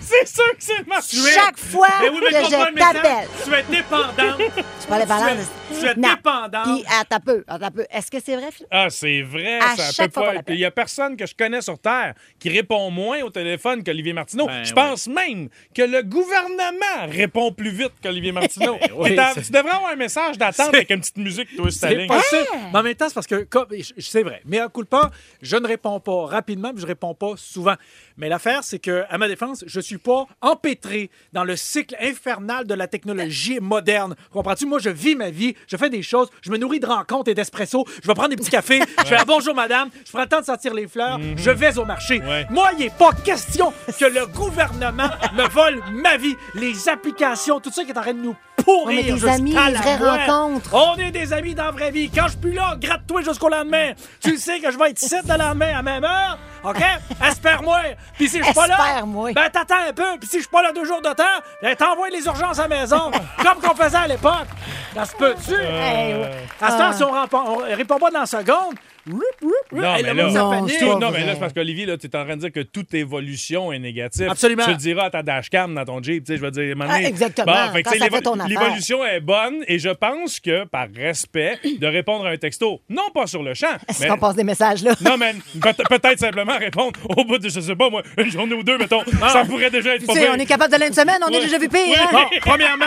Speaker 2: c'est sûr que c'est Martino!
Speaker 3: Chaque fois
Speaker 5: Mais oui, mais
Speaker 3: que
Speaker 5: comprends le
Speaker 3: je
Speaker 5: message.
Speaker 3: t'appelle.
Speaker 5: Tu es dépendante.
Speaker 3: Tu parlais pas
Speaker 5: es-
Speaker 3: l'air de...
Speaker 5: tu es
Speaker 3: Non.
Speaker 5: dépendante.
Speaker 3: Puis, attends un peu, attends un peu. Est-ce que c'est vrai, Phil?
Speaker 2: Ah, c'est vrai, ça
Speaker 3: À
Speaker 2: peut
Speaker 3: chaque fois qu'on
Speaker 2: pas.
Speaker 3: l'appelle.
Speaker 2: Il y a personne que je connais sur Terre qui répond moins au téléphone qu'Olivier Martineau.
Speaker 5: Ben
Speaker 2: je pense même que le gouvernement répond plus vite qu'Olivier Martineau.
Speaker 5: Ben oui,
Speaker 2: Et t'as-
Speaker 5: c'est-
Speaker 2: tu devrais avoir un message d'attente
Speaker 5: C'est-
Speaker 2: avec une petite musique, toi,
Speaker 5: C'est
Speaker 2: Staline.
Speaker 5: pas ça. Mais en même temps, c'est parce que, comme- je- je- c'est vrai, mais à coup de pas, je ne réponds pas rapidement, puis je réponds pas souvent. Mais l'affaire, c'est que, à ma défense, je suis pas empêtré dans le cycle infernal de la technologie moderne. Comprends-tu? Moi, je vis ma vie, je fais des choses, je me nourris de rencontres et d'espresso, je vais prendre des petits cafés, je fais un bonjour madame, je prends le temps de sentir les fleurs, je vais au marché.
Speaker 2: Ouais.
Speaker 5: Moi, il n'est pas question que le gouvernement me vole ma vie, les applications, tout ça qui est en train de nous pourrir.
Speaker 3: Ouais, mais des
Speaker 5: jusqu'à
Speaker 3: amis,
Speaker 5: la
Speaker 3: les vraies
Speaker 5: moelle.
Speaker 3: rencontres.
Speaker 5: On est des amis dans la vraie vie. Quand je suis plus là, gratte-toi jusqu'au lendemain. Tu le sais que je vais être ici le lendemain à même heure. OK? Espère-moi. Puis si je suis pas là,
Speaker 3: Espère-moi.
Speaker 5: ben t'attends un peu. Puis si je suis pas là deux jours de temps, ben t'envoies les urgences à la maison, comme qu'on
Speaker 3: Euh,
Speaker 5: faisait à l'époque. Ça se peut-tu?
Speaker 3: Hey, ouais.
Speaker 5: À ce temps, si on répond, on répond pas dans la seconde,
Speaker 3: Roup, roup, roup.
Speaker 2: Non,
Speaker 5: Hey,
Speaker 2: mais
Speaker 5: le
Speaker 2: là,
Speaker 5: monde
Speaker 3: s'en
Speaker 2: non,
Speaker 3: panique.
Speaker 2: tout-
Speaker 3: C'est pas
Speaker 2: non, mais là,
Speaker 3: vrai.
Speaker 2: c'est parce qu'Olivier, là, tu es en train de dire que toute évolution est négative.
Speaker 5: Absolument.
Speaker 2: Tu le diras à ta dashcam dans ton Jeep, tu sais, je vais dire, à un moment donné,
Speaker 3: Ah, exactement,
Speaker 2: que,
Speaker 3: quand
Speaker 2: tu sais,
Speaker 3: ça fait ton
Speaker 2: l'évo-
Speaker 3: affaire.
Speaker 2: L'évolution est bonne et je pense que, par respect, de répondre à un texto, non pas sur le champ,
Speaker 3: Est-ce
Speaker 2: mais-
Speaker 3: qu'on passe des messages, là?
Speaker 2: Non, mais peut- peut-être simplement répondre au bout de, je sais pas, moi, une journée ou deux, mettons. Ça pourrait déjà être
Speaker 3: Tu
Speaker 2: pas
Speaker 3: sais,
Speaker 2: pire.
Speaker 3: on est capable d'aller une semaine, on a déjà vu pire, hein?
Speaker 5: Bon, premièrement,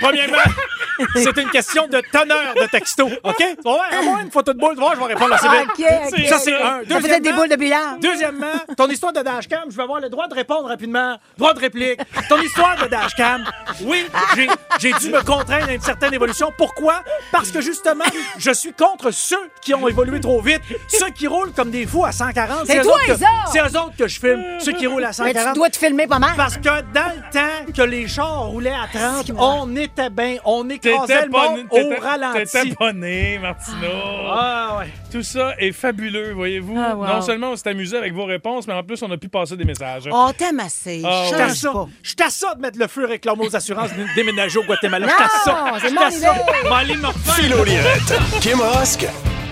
Speaker 5: premièrement, c'est une question de teneur de texto, OK? Ouais, moi, une photo de boule, tu vois, je vais répondre à la
Speaker 3: Ah,
Speaker 5: civile.
Speaker 3: OK, OK.
Speaker 5: Ça, c'est un.
Speaker 3: Ça faisait des
Speaker 5: Deuxièmement-
Speaker 3: boules de billard.
Speaker 5: Deuxièmement, ton histoire de dashcam, je vais avoir le droit de répondre rapidement. Droit de réplique. Ton histoire de dashcam, oui, j'ai- j'ai dû me contraindre à une certaine évolution. Pourquoi? Parce que justement, je suis contre ceux qui ont évolué trop vite, ceux qui roulent comme des fous à 140.
Speaker 3: C'est
Speaker 5: eux
Speaker 3: toi,
Speaker 5: autres que-
Speaker 3: ça!
Speaker 5: C'est eux autres que je filme, ceux qui roulent à
Speaker 3: Mais
Speaker 5: 140.
Speaker 3: tu dois te filmer pas mal.
Speaker 5: Parce que dans le temps que les chars roulaient à 30, on était bien, on écrasait
Speaker 2: T'étais
Speaker 5: le
Speaker 2: pas,
Speaker 5: monde
Speaker 2: né-
Speaker 5: au
Speaker 2: t'étais- t'étais
Speaker 5: ralenti.
Speaker 2: pas né, Martino.
Speaker 5: Ah ouais.
Speaker 2: Tout ça est fabuleux, voyez-vous.
Speaker 10: Ah, wow.
Speaker 2: Non seulement on s'est amusé avec vos réponses, mais en plus, on a pu passer des messages.
Speaker 3: On t'aime assez.
Speaker 2: Ah, ouais.
Speaker 5: Je à
Speaker 3: Change
Speaker 5: ça.
Speaker 3: pas.
Speaker 5: Je à ça de mettre le feu réclamer aux assurances de déménager au Guatemala. Je à ça.
Speaker 3: Non, c'est
Speaker 5: Je
Speaker 3: mon
Speaker 5: à ça.
Speaker 3: idée.
Speaker 5: M'en aller me refaire.
Speaker 1: Philo Lirette, Kim Rosk,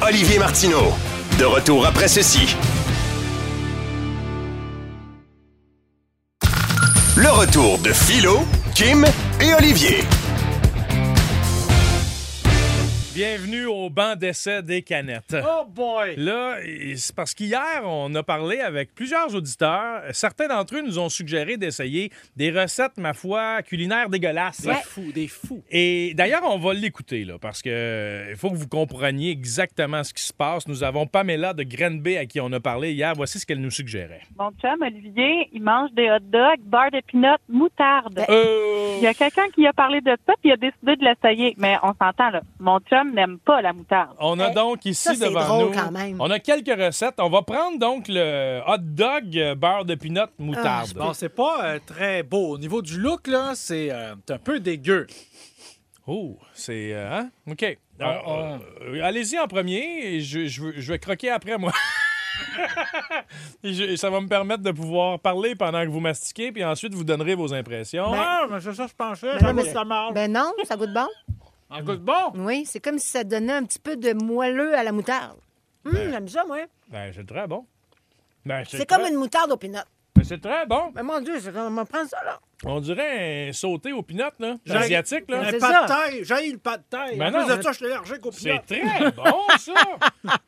Speaker 1: Olivier Martineau. De retour après ceci. Le retour de Philo, Kim et Olivier.
Speaker 2: Bienvenue au banc d'essai des canettes.
Speaker 5: Oh boy.
Speaker 2: Là, et c'est parce qu'hier, on a parlé avec plusieurs auditeurs. Certains d'entre eux nous ont suggéré d'essayer des recettes, ma foi, culinaires dégueulasses.
Speaker 5: Des fous, des fous.
Speaker 2: Et d'ailleurs, on va l'écouter, là, parce que euh, il faut que vous compreniez exactement ce qui se passe. Nous avons Pamela de Grenby à qui on a parlé hier. Voici ce qu'elle nous suggérait.
Speaker 9: Mon chum, Olivier, il mange des hot dogs, beurre de peanut,
Speaker 3: Ben.
Speaker 9: moutarde.
Speaker 2: Euh...
Speaker 9: Il y a quelqu'un qui a parlé de ça, puis il a décidé de l'essayer. Mais on s'entend, là. Mon chum n'aime pas la moutarde.
Speaker 2: On a
Speaker 3: Hey,
Speaker 2: donc ici
Speaker 3: ça, c'est
Speaker 2: devant
Speaker 3: drôle
Speaker 2: nous,
Speaker 3: quand même.
Speaker 2: on a quelques recettes. On va prendre donc le hot dog euh, beurre de
Speaker 3: Ah,
Speaker 2: peanut moutarde.
Speaker 5: Bon, c'est pas euh, très beau. Au niveau du look, là, c'est euh, c'est un peu dégueu. Ah,
Speaker 2: oh, c'est euh, hein? OK. Euh, euh, euh, Allez-y en premier. et Je, je veux- je vais croquer après moi. Et je- ça va me permettre de pouvoir parler pendant que vous mastiquez, puis ensuite vous donnerez vos impressions.
Speaker 5: Ah, mais c'est ça, je pensais.
Speaker 3: Ben
Speaker 5: ça
Speaker 3: non, mais
Speaker 5: goûte la marde.
Speaker 3: Ben non, ça goûte bon.
Speaker 5: Ça goûte bon.
Speaker 3: Oui, c'est comme si ça donnait un petit peu de moelleux à la moutarde. Hum, j'aime ça, moi.
Speaker 2: Ben, c'est très bon. Ben,
Speaker 3: C'est
Speaker 2: très-
Speaker 3: comme une moutarde au pinot.
Speaker 2: ben, c'est très bon.
Speaker 3: Mais mon Dieu, je vais me prendre ça, là.
Speaker 2: On dirait un sauté aux peanuts, là.
Speaker 5: J'ai-
Speaker 2: Asiatique, là.
Speaker 3: Ben,
Speaker 5: Mais
Speaker 3: c'est
Speaker 5: pas de
Speaker 3: ça.
Speaker 5: taille. J'ai le pas de taille.
Speaker 2: Ben
Speaker 5: en
Speaker 2: non,
Speaker 5: plus
Speaker 2: mais-
Speaker 5: de ça, je suis allergique au
Speaker 2: C'est
Speaker 5: pilote.
Speaker 2: très bon, ça!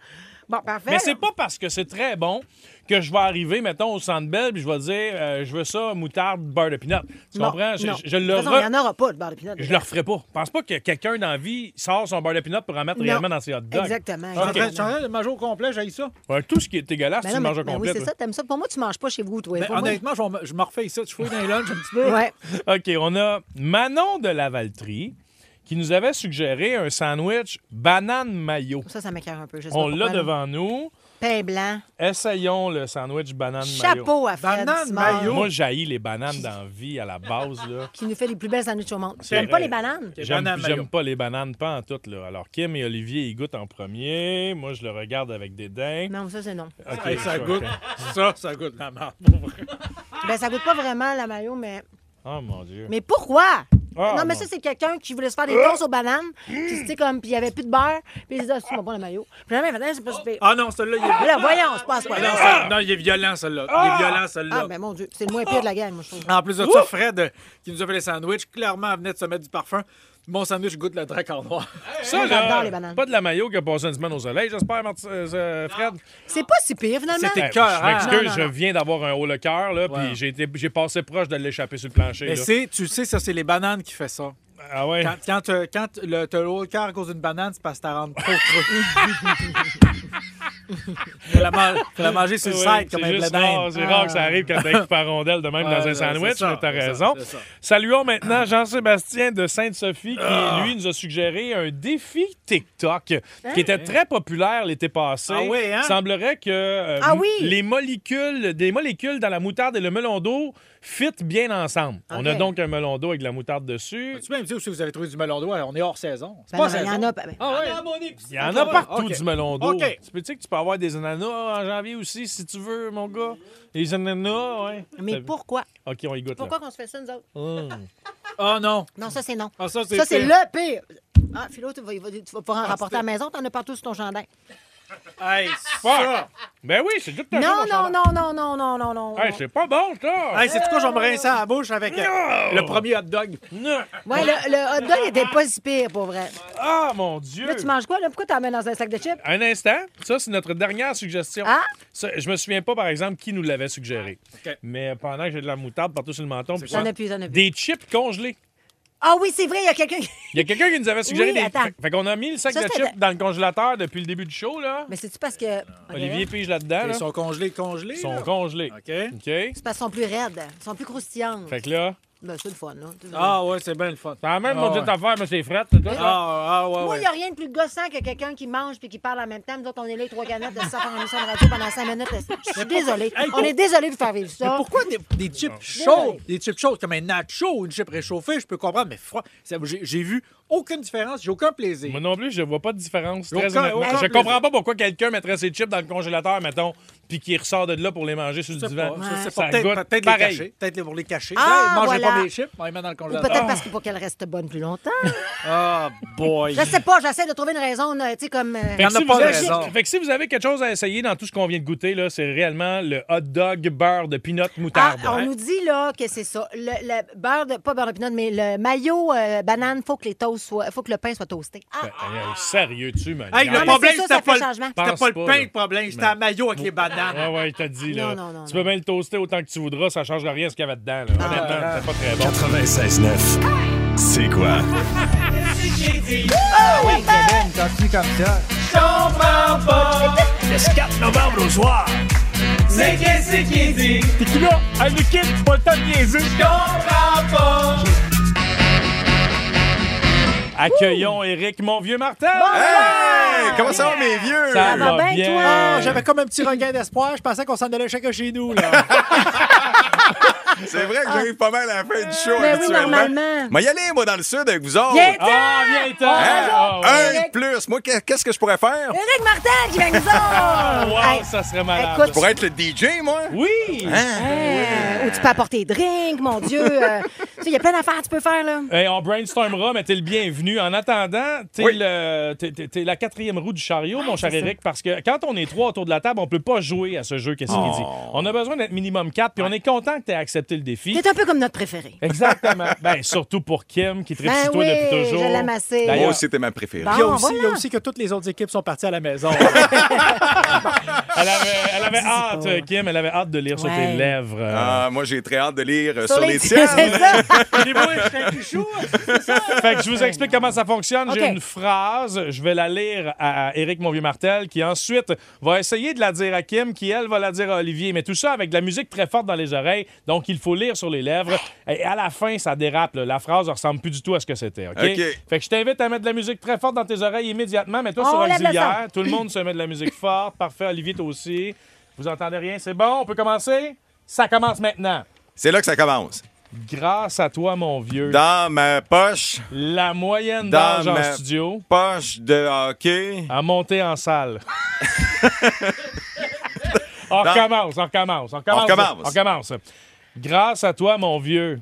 Speaker 3: Bon, parfait.
Speaker 2: Mais c'est pas parce que c'est très bon que je vais arriver, mettons, au Centre Bell puis je vais dire, euh, je veux ça, moutarde, beurre de pinot. Tu
Speaker 3: Non,
Speaker 2: comprends? Je,
Speaker 3: non.
Speaker 2: je- je
Speaker 3: De
Speaker 2: le
Speaker 3: toute façon, Il
Speaker 2: re...
Speaker 3: n'y en aura pas de beurre de pinot.
Speaker 2: je le referai pas. Je pense pas que quelqu'un dans la vie sort son beurre de pinot pour en mettre
Speaker 3: Non.
Speaker 2: réellement dans ses hot dogs.
Speaker 3: Exactement.
Speaker 5: Je suis en train- je suis en
Speaker 3: exactement.
Speaker 5: train de manger au complet, j'ai ça.
Speaker 2: Ouais, tout ce qui est dégueulasse,
Speaker 3: Ben
Speaker 2: tu
Speaker 3: non,
Speaker 2: le
Speaker 3: mais-
Speaker 2: manges au
Speaker 3: ben
Speaker 2: complet.
Speaker 3: oui, c'est ça. T'aimes ça. Pour moi, tu manges pas chez vous, toi.
Speaker 5: Ben,
Speaker 3: Pour moi-
Speaker 5: honnêtement, je vais me- je me refais ça. Je fouille dans les lunchs un petit peu.
Speaker 3: Ouais.
Speaker 2: toi. OK, on a Manon de la Valtrie qui nous avait suggéré un sandwich banane mayo.
Speaker 3: Ça, ça m'écœure un peu. je sais
Speaker 2: On
Speaker 3: pas
Speaker 2: l'a
Speaker 3: pourquoi, là.
Speaker 2: devant nous.
Speaker 3: Pain blanc.
Speaker 2: Essayons le sandwich banane mayo.
Speaker 3: Chapeau à Fred
Speaker 5: Banane
Speaker 3: Simard,
Speaker 5: mayo.
Speaker 2: Moi, j'haïs les bananes dans la vie à la base. Là.
Speaker 3: qui nous fait les plus belles sandwichs au monde.
Speaker 2: C'est
Speaker 3: J'aime
Speaker 2: vrai.
Speaker 3: pas les bananes.
Speaker 5: Les
Speaker 2: J'aime
Speaker 5: bananes mayo.
Speaker 2: j'aime pas les bananes, pas en tout. Là. Alors, Kim et Olivier, ils goûtent en premier. Moi, je le regarde avec dédain.
Speaker 3: Non, ça, c'est non.
Speaker 2: OK,
Speaker 5: Hey, ça
Speaker 2: je-
Speaker 5: goûte.
Speaker 2: OK.
Speaker 5: Ça, ça goûte la marde.
Speaker 3: Ben, ça goûte pas vraiment la mayo, mais.
Speaker 2: Oh, mon Dieu.
Speaker 3: Mais pourquoi?
Speaker 2: Ah,
Speaker 3: non, mais
Speaker 2: bon.
Speaker 3: ça, c'est quelqu'un qui voulait se faire des toasts aux bananes, puis c'était comme, puis il y avait plus de beurre, puis il se dit, ah, c'est pas bon le maillot. Puis là, maintenant, c'est pas super.
Speaker 5: Ah non, celui-là, il est violent.
Speaker 3: Là, voyons, c'est pas à ce
Speaker 5: Non,
Speaker 3: point-là.
Speaker 5: ça- non, il est violent, celui-là. Il est violent, celui-là.
Speaker 3: Ah, ben mon Dieu, c'est le moins pire de la gang, moi, je trouve.
Speaker 5: En plus de ça, Fred, euh, qui nous a fait les sandwichs, clairement, elle venait de se mettre du parfum. Mon sandwich goûte le drac en noir.
Speaker 2: Ça,
Speaker 3: j'adore les
Speaker 2: là,
Speaker 3: bananes.
Speaker 2: pas de la mayo qui a passé une semaine au soleil, j'espère, Marti- euh, euh, Fred.
Speaker 3: C'est pas si pire, finalement.
Speaker 5: C'était
Speaker 2: Eh,
Speaker 5: cœur,
Speaker 2: je
Speaker 5: hein?
Speaker 2: m'excuse,
Speaker 3: Non, non,
Speaker 2: je
Speaker 3: non.
Speaker 2: viens d'avoir un haut le cœur, là,
Speaker 5: Ouais.
Speaker 2: puis j'ai été- j'ai passé proche de l'échapper sur le plancher.
Speaker 5: Mais
Speaker 2: là.
Speaker 5: c'est, tu sais, ça, c'est les bananes qui fait ça.
Speaker 2: Ah ouais?
Speaker 5: Quand, quand, euh, quand le, t'as le haut le cœur à cause d'une banane, c'est parce que t'as rendu trop creux. Faut la, man- faut la manger sur le
Speaker 2: Ouais,
Speaker 5: side comme
Speaker 2: c'est
Speaker 5: un blé
Speaker 2: juste rare,
Speaker 5: d'Inde.
Speaker 2: C'est rare que ça arrive quand t'as coupé à rondelle de même
Speaker 5: Ouais,
Speaker 2: dans un
Speaker 5: ouais,
Speaker 2: sandwich,
Speaker 5: c'est ça,
Speaker 2: mais t'as
Speaker 5: c'est ça,
Speaker 2: raison.
Speaker 5: c'est ça.
Speaker 2: Saluons maintenant Jean-Sébastien de Sainte-Sophie
Speaker 3: Ah.
Speaker 2: qui, lui, nous a suggéré un défi TikTok
Speaker 3: Hein?
Speaker 2: qui était très populaire l'été passé.
Speaker 5: Hein? Ah oui, hein?
Speaker 2: Semblerait que euh,
Speaker 3: Ah oui!
Speaker 2: les molécules, des molécules dans la moutarde et le melon d'eau fit bien ensemble. On a
Speaker 3: Ok.
Speaker 2: donc un melon d'eau avec de la moutarde dessus.
Speaker 5: Tu peux même dire où c'est que vous avez trouvé du melon d'eau? On est hors saison. C'est
Speaker 3: Ben
Speaker 5: pas
Speaker 3: non, mais il y
Speaker 5: saison.
Speaker 3: en a. ben, ben,
Speaker 5: Ah ouais.
Speaker 2: Il y en a partout du melon d'eau.
Speaker 5: OK.
Speaker 2: Tu peux dire que tu peux avoir des ananas en janvier aussi, si tu veux, mon gars. Les ananas, ouais. Ça-
Speaker 3: Mais pourquoi?
Speaker 2: OK, on y goûte. là. Hum.
Speaker 3: Pourquoi qu'on se fait ça, nous autres?
Speaker 5: Ah non.
Speaker 3: Non, ça, c'est non.
Speaker 5: Ah, ça, c'est
Speaker 3: Ça, c'est
Speaker 5: pire.
Speaker 2: Ah,
Speaker 3: le pire. Ah, Philo, tu vas, tu vas pouvoir en rapporter à la maison, t'en as partout sur ton chandail.
Speaker 5: Hey,
Speaker 2: Fuck! Ben oui, c'est tout à fait
Speaker 3: Non,
Speaker 2: mon
Speaker 3: non,
Speaker 2: chandail.
Speaker 3: non, non, non, non, non, non.
Speaker 2: Hey, c'est pas bon, ça!
Speaker 5: Hey, c'est quoi, je vais me rincer à la bouche avec euh,
Speaker 2: No!
Speaker 5: le premier hot dog.
Speaker 2: Non.
Speaker 3: Ouais, le, le hot dog était pas si pire, pour vrai.
Speaker 2: Ah, mon Dieu!
Speaker 3: Là, tu manges quoi, là? Pourquoi t'emmènes dans un sac de chips?
Speaker 2: Un instant, ça, c'est notre dernière suggestion.
Speaker 3: Ah!
Speaker 2: Ça, je me souviens pas, par exemple, qui nous l'avait suggéré.
Speaker 5: Ah, OK.
Speaker 2: Mais pendant que j'ai de la moutarde partout sur le menton, puis
Speaker 3: J'en
Speaker 2: ça,
Speaker 3: ai plus, j'en ai plus.
Speaker 2: des chips congelés.
Speaker 3: Ah oui, c'est vrai, il y a quelqu'un qui...
Speaker 2: Il y a quelqu'un qui nous avait suggéré
Speaker 3: Oui,
Speaker 2: des.
Speaker 3: attends.
Speaker 2: Fait, fait qu'on a mis le sac de
Speaker 3: Ça, c'était-
Speaker 2: chips dans le congélateur depuis le début du show, là.
Speaker 3: Mais c'est-tu parce que...
Speaker 2: Olivier pige là-dedans.
Speaker 5: Ils
Speaker 2: là.
Speaker 5: sont congelés, congelés.
Speaker 2: Ils sont
Speaker 5: là.
Speaker 2: congelés.
Speaker 5: OK.
Speaker 2: OK?
Speaker 3: C'est parce qu'ils sont plus raides, ils sont plus croustillants.
Speaker 2: Fait que là,
Speaker 3: Ben, c'est le fun, là. C'est vrai.
Speaker 5: Ah ouais, c'est bien le fun.
Speaker 2: c'est la même
Speaker 5: Ah,
Speaker 2: mon
Speaker 5: ouais.
Speaker 2: petite affaire, mais c'est frette, c'est tout. là.
Speaker 5: Ah, ah ouais,
Speaker 3: Moi, il
Speaker 5: ouais.
Speaker 3: n'y a rien de plus gossant que quelqu'un qui mange puis qui parle en même temps. Nous autres, on est là, les trois canettes de ça, faire une émission de radio pendant cinq minutes. Je suis désolée.
Speaker 5: Hey,
Speaker 3: On est désolé de faire vivre
Speaker 5: Mais
Speaker 3: ça.
Speaker 5: pourquoi des, des chips chaudes? Des chips chaudes comme un nacho ou une chip réchauffée, je peux comprendre, mais froid. ça- J'ai j'ai vu aucune différence, j'ai aucun plaisir.
Speaker 2: Moi non plus, je vois pas de différence.
Speaker 5: Aucun-
Speaker 2: Très honnêtement.
Speaker 5: aucun
Speaker 2: je
Speaker 5: plaisir.
Speaker 2: comprends pas pourquoi quelqu'un mettrait ses chips dans le congélateur, mettons, puis qu'il ressort de là pour les manger sur
Speaker 5: Je
Speaker 2: le
Speaker 5: sais
Speaker 2: divan.
Speaker 5: pas, je sais
Speaker 2: Ça
Speaker 5: pas. Peut-être
Speaker 2: goûte
Speaker 5: peut-être les
Speaker 2: pareil.
Speaker 5: cacher. Peut-être les- pour les cacher.
Speaker 3: Ah,
Speaker 5: Hey, mangez
Speaker 3: voilà.
Speaker 5: pas mes chips, on les met dans le
Speaker 3: Ou
Speaker 5: congélateur.
Speaker 3: peut-être parce que pour qu'elle reste bonne plus longtemps.
Speaker 5: Ah, boy.
Speaker 3: Je sais pas, j'essaie de trouver une raison, euh, tu sais, comme. euh,
Speaker 2: Fait
Speaker 5: Il
Speaker 2: que,
Speaker 5: y en a
Speaker 2: si
Speaker 5: pas
Speaker 2: vous
Speaker 5: de
Speaker 2: avez-
Speaker 5: raison.
Speaker 2: fait que si vous avez quelque chose à essayer dans tout ce qu'on vient de goûter, là, c'est réellement le hot dog beurre de peanut
Speaker 3: Ah,
Speaker 2: moutarde.
Speaker 3: on
Speaker 2: Hein?
Speaker 3: nous dit là que c'est ça. Le, le beurre de. Pas beurre de pinot, mais le maillot euh, banane, faut que les toasts soient. Faut que le pain soit toasté. Ah,
Speaker 2: Ben, hey, sérieux, tu me
Speaker 5: Hey,
Speaker 2: niaises.
Speaker 5: le
Speaker 3: mais
Speaker 5: problème,
Speaker 3: c'est ça,
Speaker 5: c'était
Speaker 3: ça
Speaker 5: pas,
Speaker 3: fait
Speaker 5: le-
Speaker 3: changement.
Speaker 5: c'était
Speaker 2: Pense
Speaker 5: pas le
Speaker 2: pas,
Speaker 5: pain,
Speaker 2: là.
Speaker 5: le problème. C'était un maillot avec les bananes.
Speaker 2: Ouais, ouais, je t'ai dit, là.
Speaker 3: Non, non, non,
Speaker 2: tu
Speaker 3: non. Ah.
Speaker 2: peux bien le toaster autant que tu voudras, ça changera rien ce qu'il y avait dedans, là. Honnêtement, c'est pas très bon.
Speaker 1: 96.9. C'est quoi?
Speaker 2: Accueillons Eric, mon vieux Martin!
Speaker 1: Hey! Comment ça va, mes vieux?
Speaker 2: Ça Oh,
Speaker 3: va bien, toi?
Speaker 5: Ah, J'avais comme un petit regain d'espoir. Je pensais qu'on s'en allait chacun chez nous. Là.
Speaker 1: C'est vrai que j'arrive pas mal à la fin du show
Speaker 3: Mais oui,
Speaker 1: habituellement.
Speaker 3: normalement.
Speaker 1: Mais y aller, moi, dans le sud avec vous autres.
Speaker 3: Viens
Speaker 2: Ah, viens-t'en!
Speaker 1: Hein?
Speaker 2: Ah, ouais.
Speaker 1: Un
Speaker 3: Eric.
Speaker 1: de plus. Moi, qu'est- qu'est-ce que je pourrais faire?
Speaker 3: Éric Martin qui vient nous
Speaker 2: Ah,
Speaker 3: autres!
Speaker 2: wow,
Speaker 3: Hey,
Speaker 2: ça serait malade.
Speaker 3: Écoute,
Speaker 1: Pour être le DJ, moi?
Speaker 2: Oui!
Speaker 1: Hein?
Speaker 3: euh, Où tu peux apporter des drinks, mon Dieu. euh, tu sais, il y a plein d'affaires que tu peux faire, là.
Speaker 2: Hey, on brainstormera, mais t'es le bienvenu. En attendant, t'es
Speaker 1: Oui.
Speaker 2: le- t'es- t'es- t'es la quatrième roue du chariot, mon cher
Speaker 3: Ah, c'est ça.
Speaker 2: Eric, parce que quand on est trois autour de la table, on peut pas jouer à ce jeu, qu'est-ce qu'il dit. On a besoin d'être minimum quatre, puis on est content que t'aies accepté le défi.
Speaker 3: T'es un peu comme notre préféré.
Speaker 2: Exactement. ben, surtout pour Kim, qui tripe
Speaker 3: Ben
Speaker 2: sur toi
Speaker 3: oui,
Speaker 2: depuis
Speaker 3: je
Speaker 2: toujours.
Speaker 3: l'aime assez.
Speaker 1: Moi
Speaker 2: D'ailleurs,
Speaker 1: aussi, t'es ma préférée.
Speaker 3: Bon.
Speaker 5: Il y a
Speaker 3: Ah,
Speaker 5: aussi, il y a
Speaker 3: voilà.
Speaker 5: aussi que toutes les autres équipes sont parties à la maison.
Speaker 2: elle avait, elle avait hâte, euh, Kim, elle avait hâte de lire sur
Speaker 3: Ouais.
Speaker 2: tes lèvres. euh,
Speaker 1: Ah, moi, j'ai très hâte de lire euh, sur, les,
Speaker 3: C'est
Speaker 1: tiennes.
Speaker 3: ça.
Speaker 2: Fait que je vous explique comment ça fonctionne. J'ai
Speaker 3: OK.
Speaker 2: une phrase, je vais la lire à Éric Monvieux-Martel, qui ensuite va essayer de la dire à Kim, qui elle va la dire à Olivier. Mais tout ça avec de la musique très forte dans les oreilles, donc il faut lire sur les lèvres. Et à la fin, ça dérape. là. La phrase ne ressemble plus du tout à ce que c'était. OK?
Speaker 1: OK.
Speaker 2: Fait que je t'invite à mettre de la musique très forte dans tes oreilles immédiatement. Mais toi,
Speaker 3: On
Speaker 2: sur
Speaker 3: lève le
Speaker 2: auxiliaire, tout le monde se met de la musique forte. Parfait, Olivier, toi aussi. Vous entendez rien? C'est bon? On peut commencer? Ça commence maintenant.
Speaker 1: C'est là que ça commence.
Speaker 2: Grâce à toi, mon vieux,
Speaker 1: Dans ma poche,
Speaker 2: la moyenne
Speaker 1: Dans
Speaker 2: d'âge en
Speaker 1: ma-
Speaker 2: studio...
Speaker 1: poche de hockey.
Speaker 2: À monter en salle. on
Speaker 1: Dans-
Speaker 2: recommence, on recommence, on recommence.
Speaker 1: recommence.
Speaker 2: On recommence. Grâce à toi, mon vieux.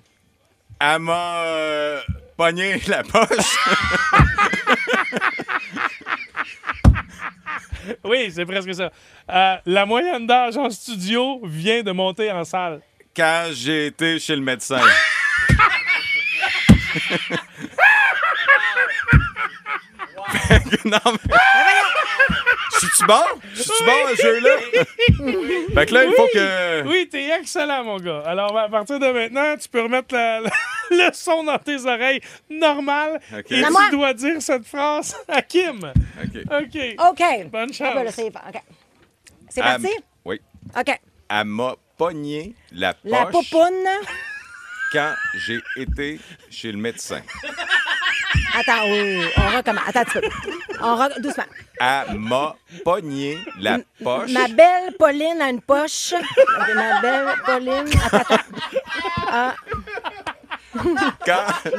Speaker 1: Elle m'a euh, pogné la poche.
Speaker 2: Oui, c'est presque ça. Euh, la moyenne d'âge en studio vient de monter en salle.
Speaker 1: quand j'ai été chez le médecin. Fait que non, mais... Suis-tu bon? Suis-tu bon, ce jeu-là? fait que là, il faut que...
Speaker 2: Oui, t'es excellent, mon gars. Alors, à partir de maintenant, tu peux remettre la- la- le son dans tes oreilles normal
Speaker 1: Ok.
Speaker 2: et
Speaker 1: À
Speaker 2: tu
Speaker 3: moi.
Speaker 2: dois dire cette phrase à Kim.
Speaker 1: OK.
Speaker 2: OK.
Speaker 3: OK.
Speaker 2: Bonne chance.
Speaker 3: Ah, ben là, c'est OK. C'est
Speaker 1: Elle-
Speaker 3: parti?
Speaker 1: Oui.
Speaker 3: OK.
Speaker 1: Elle m'a pogné la poche
Speaker 3: La popoune.
Speaker 1: quand j'ai été chez le médecin.
Speaker 3: Attends, oui, oui, on recommence. Attends un petit peu. On re- Doucement.
Speaker 1: Elle m'a pogné la poche.
Speaker 3: Ma belle Pauline a une poche. Ma belle Pauline. Attends, attends.
Speaker 1: quand,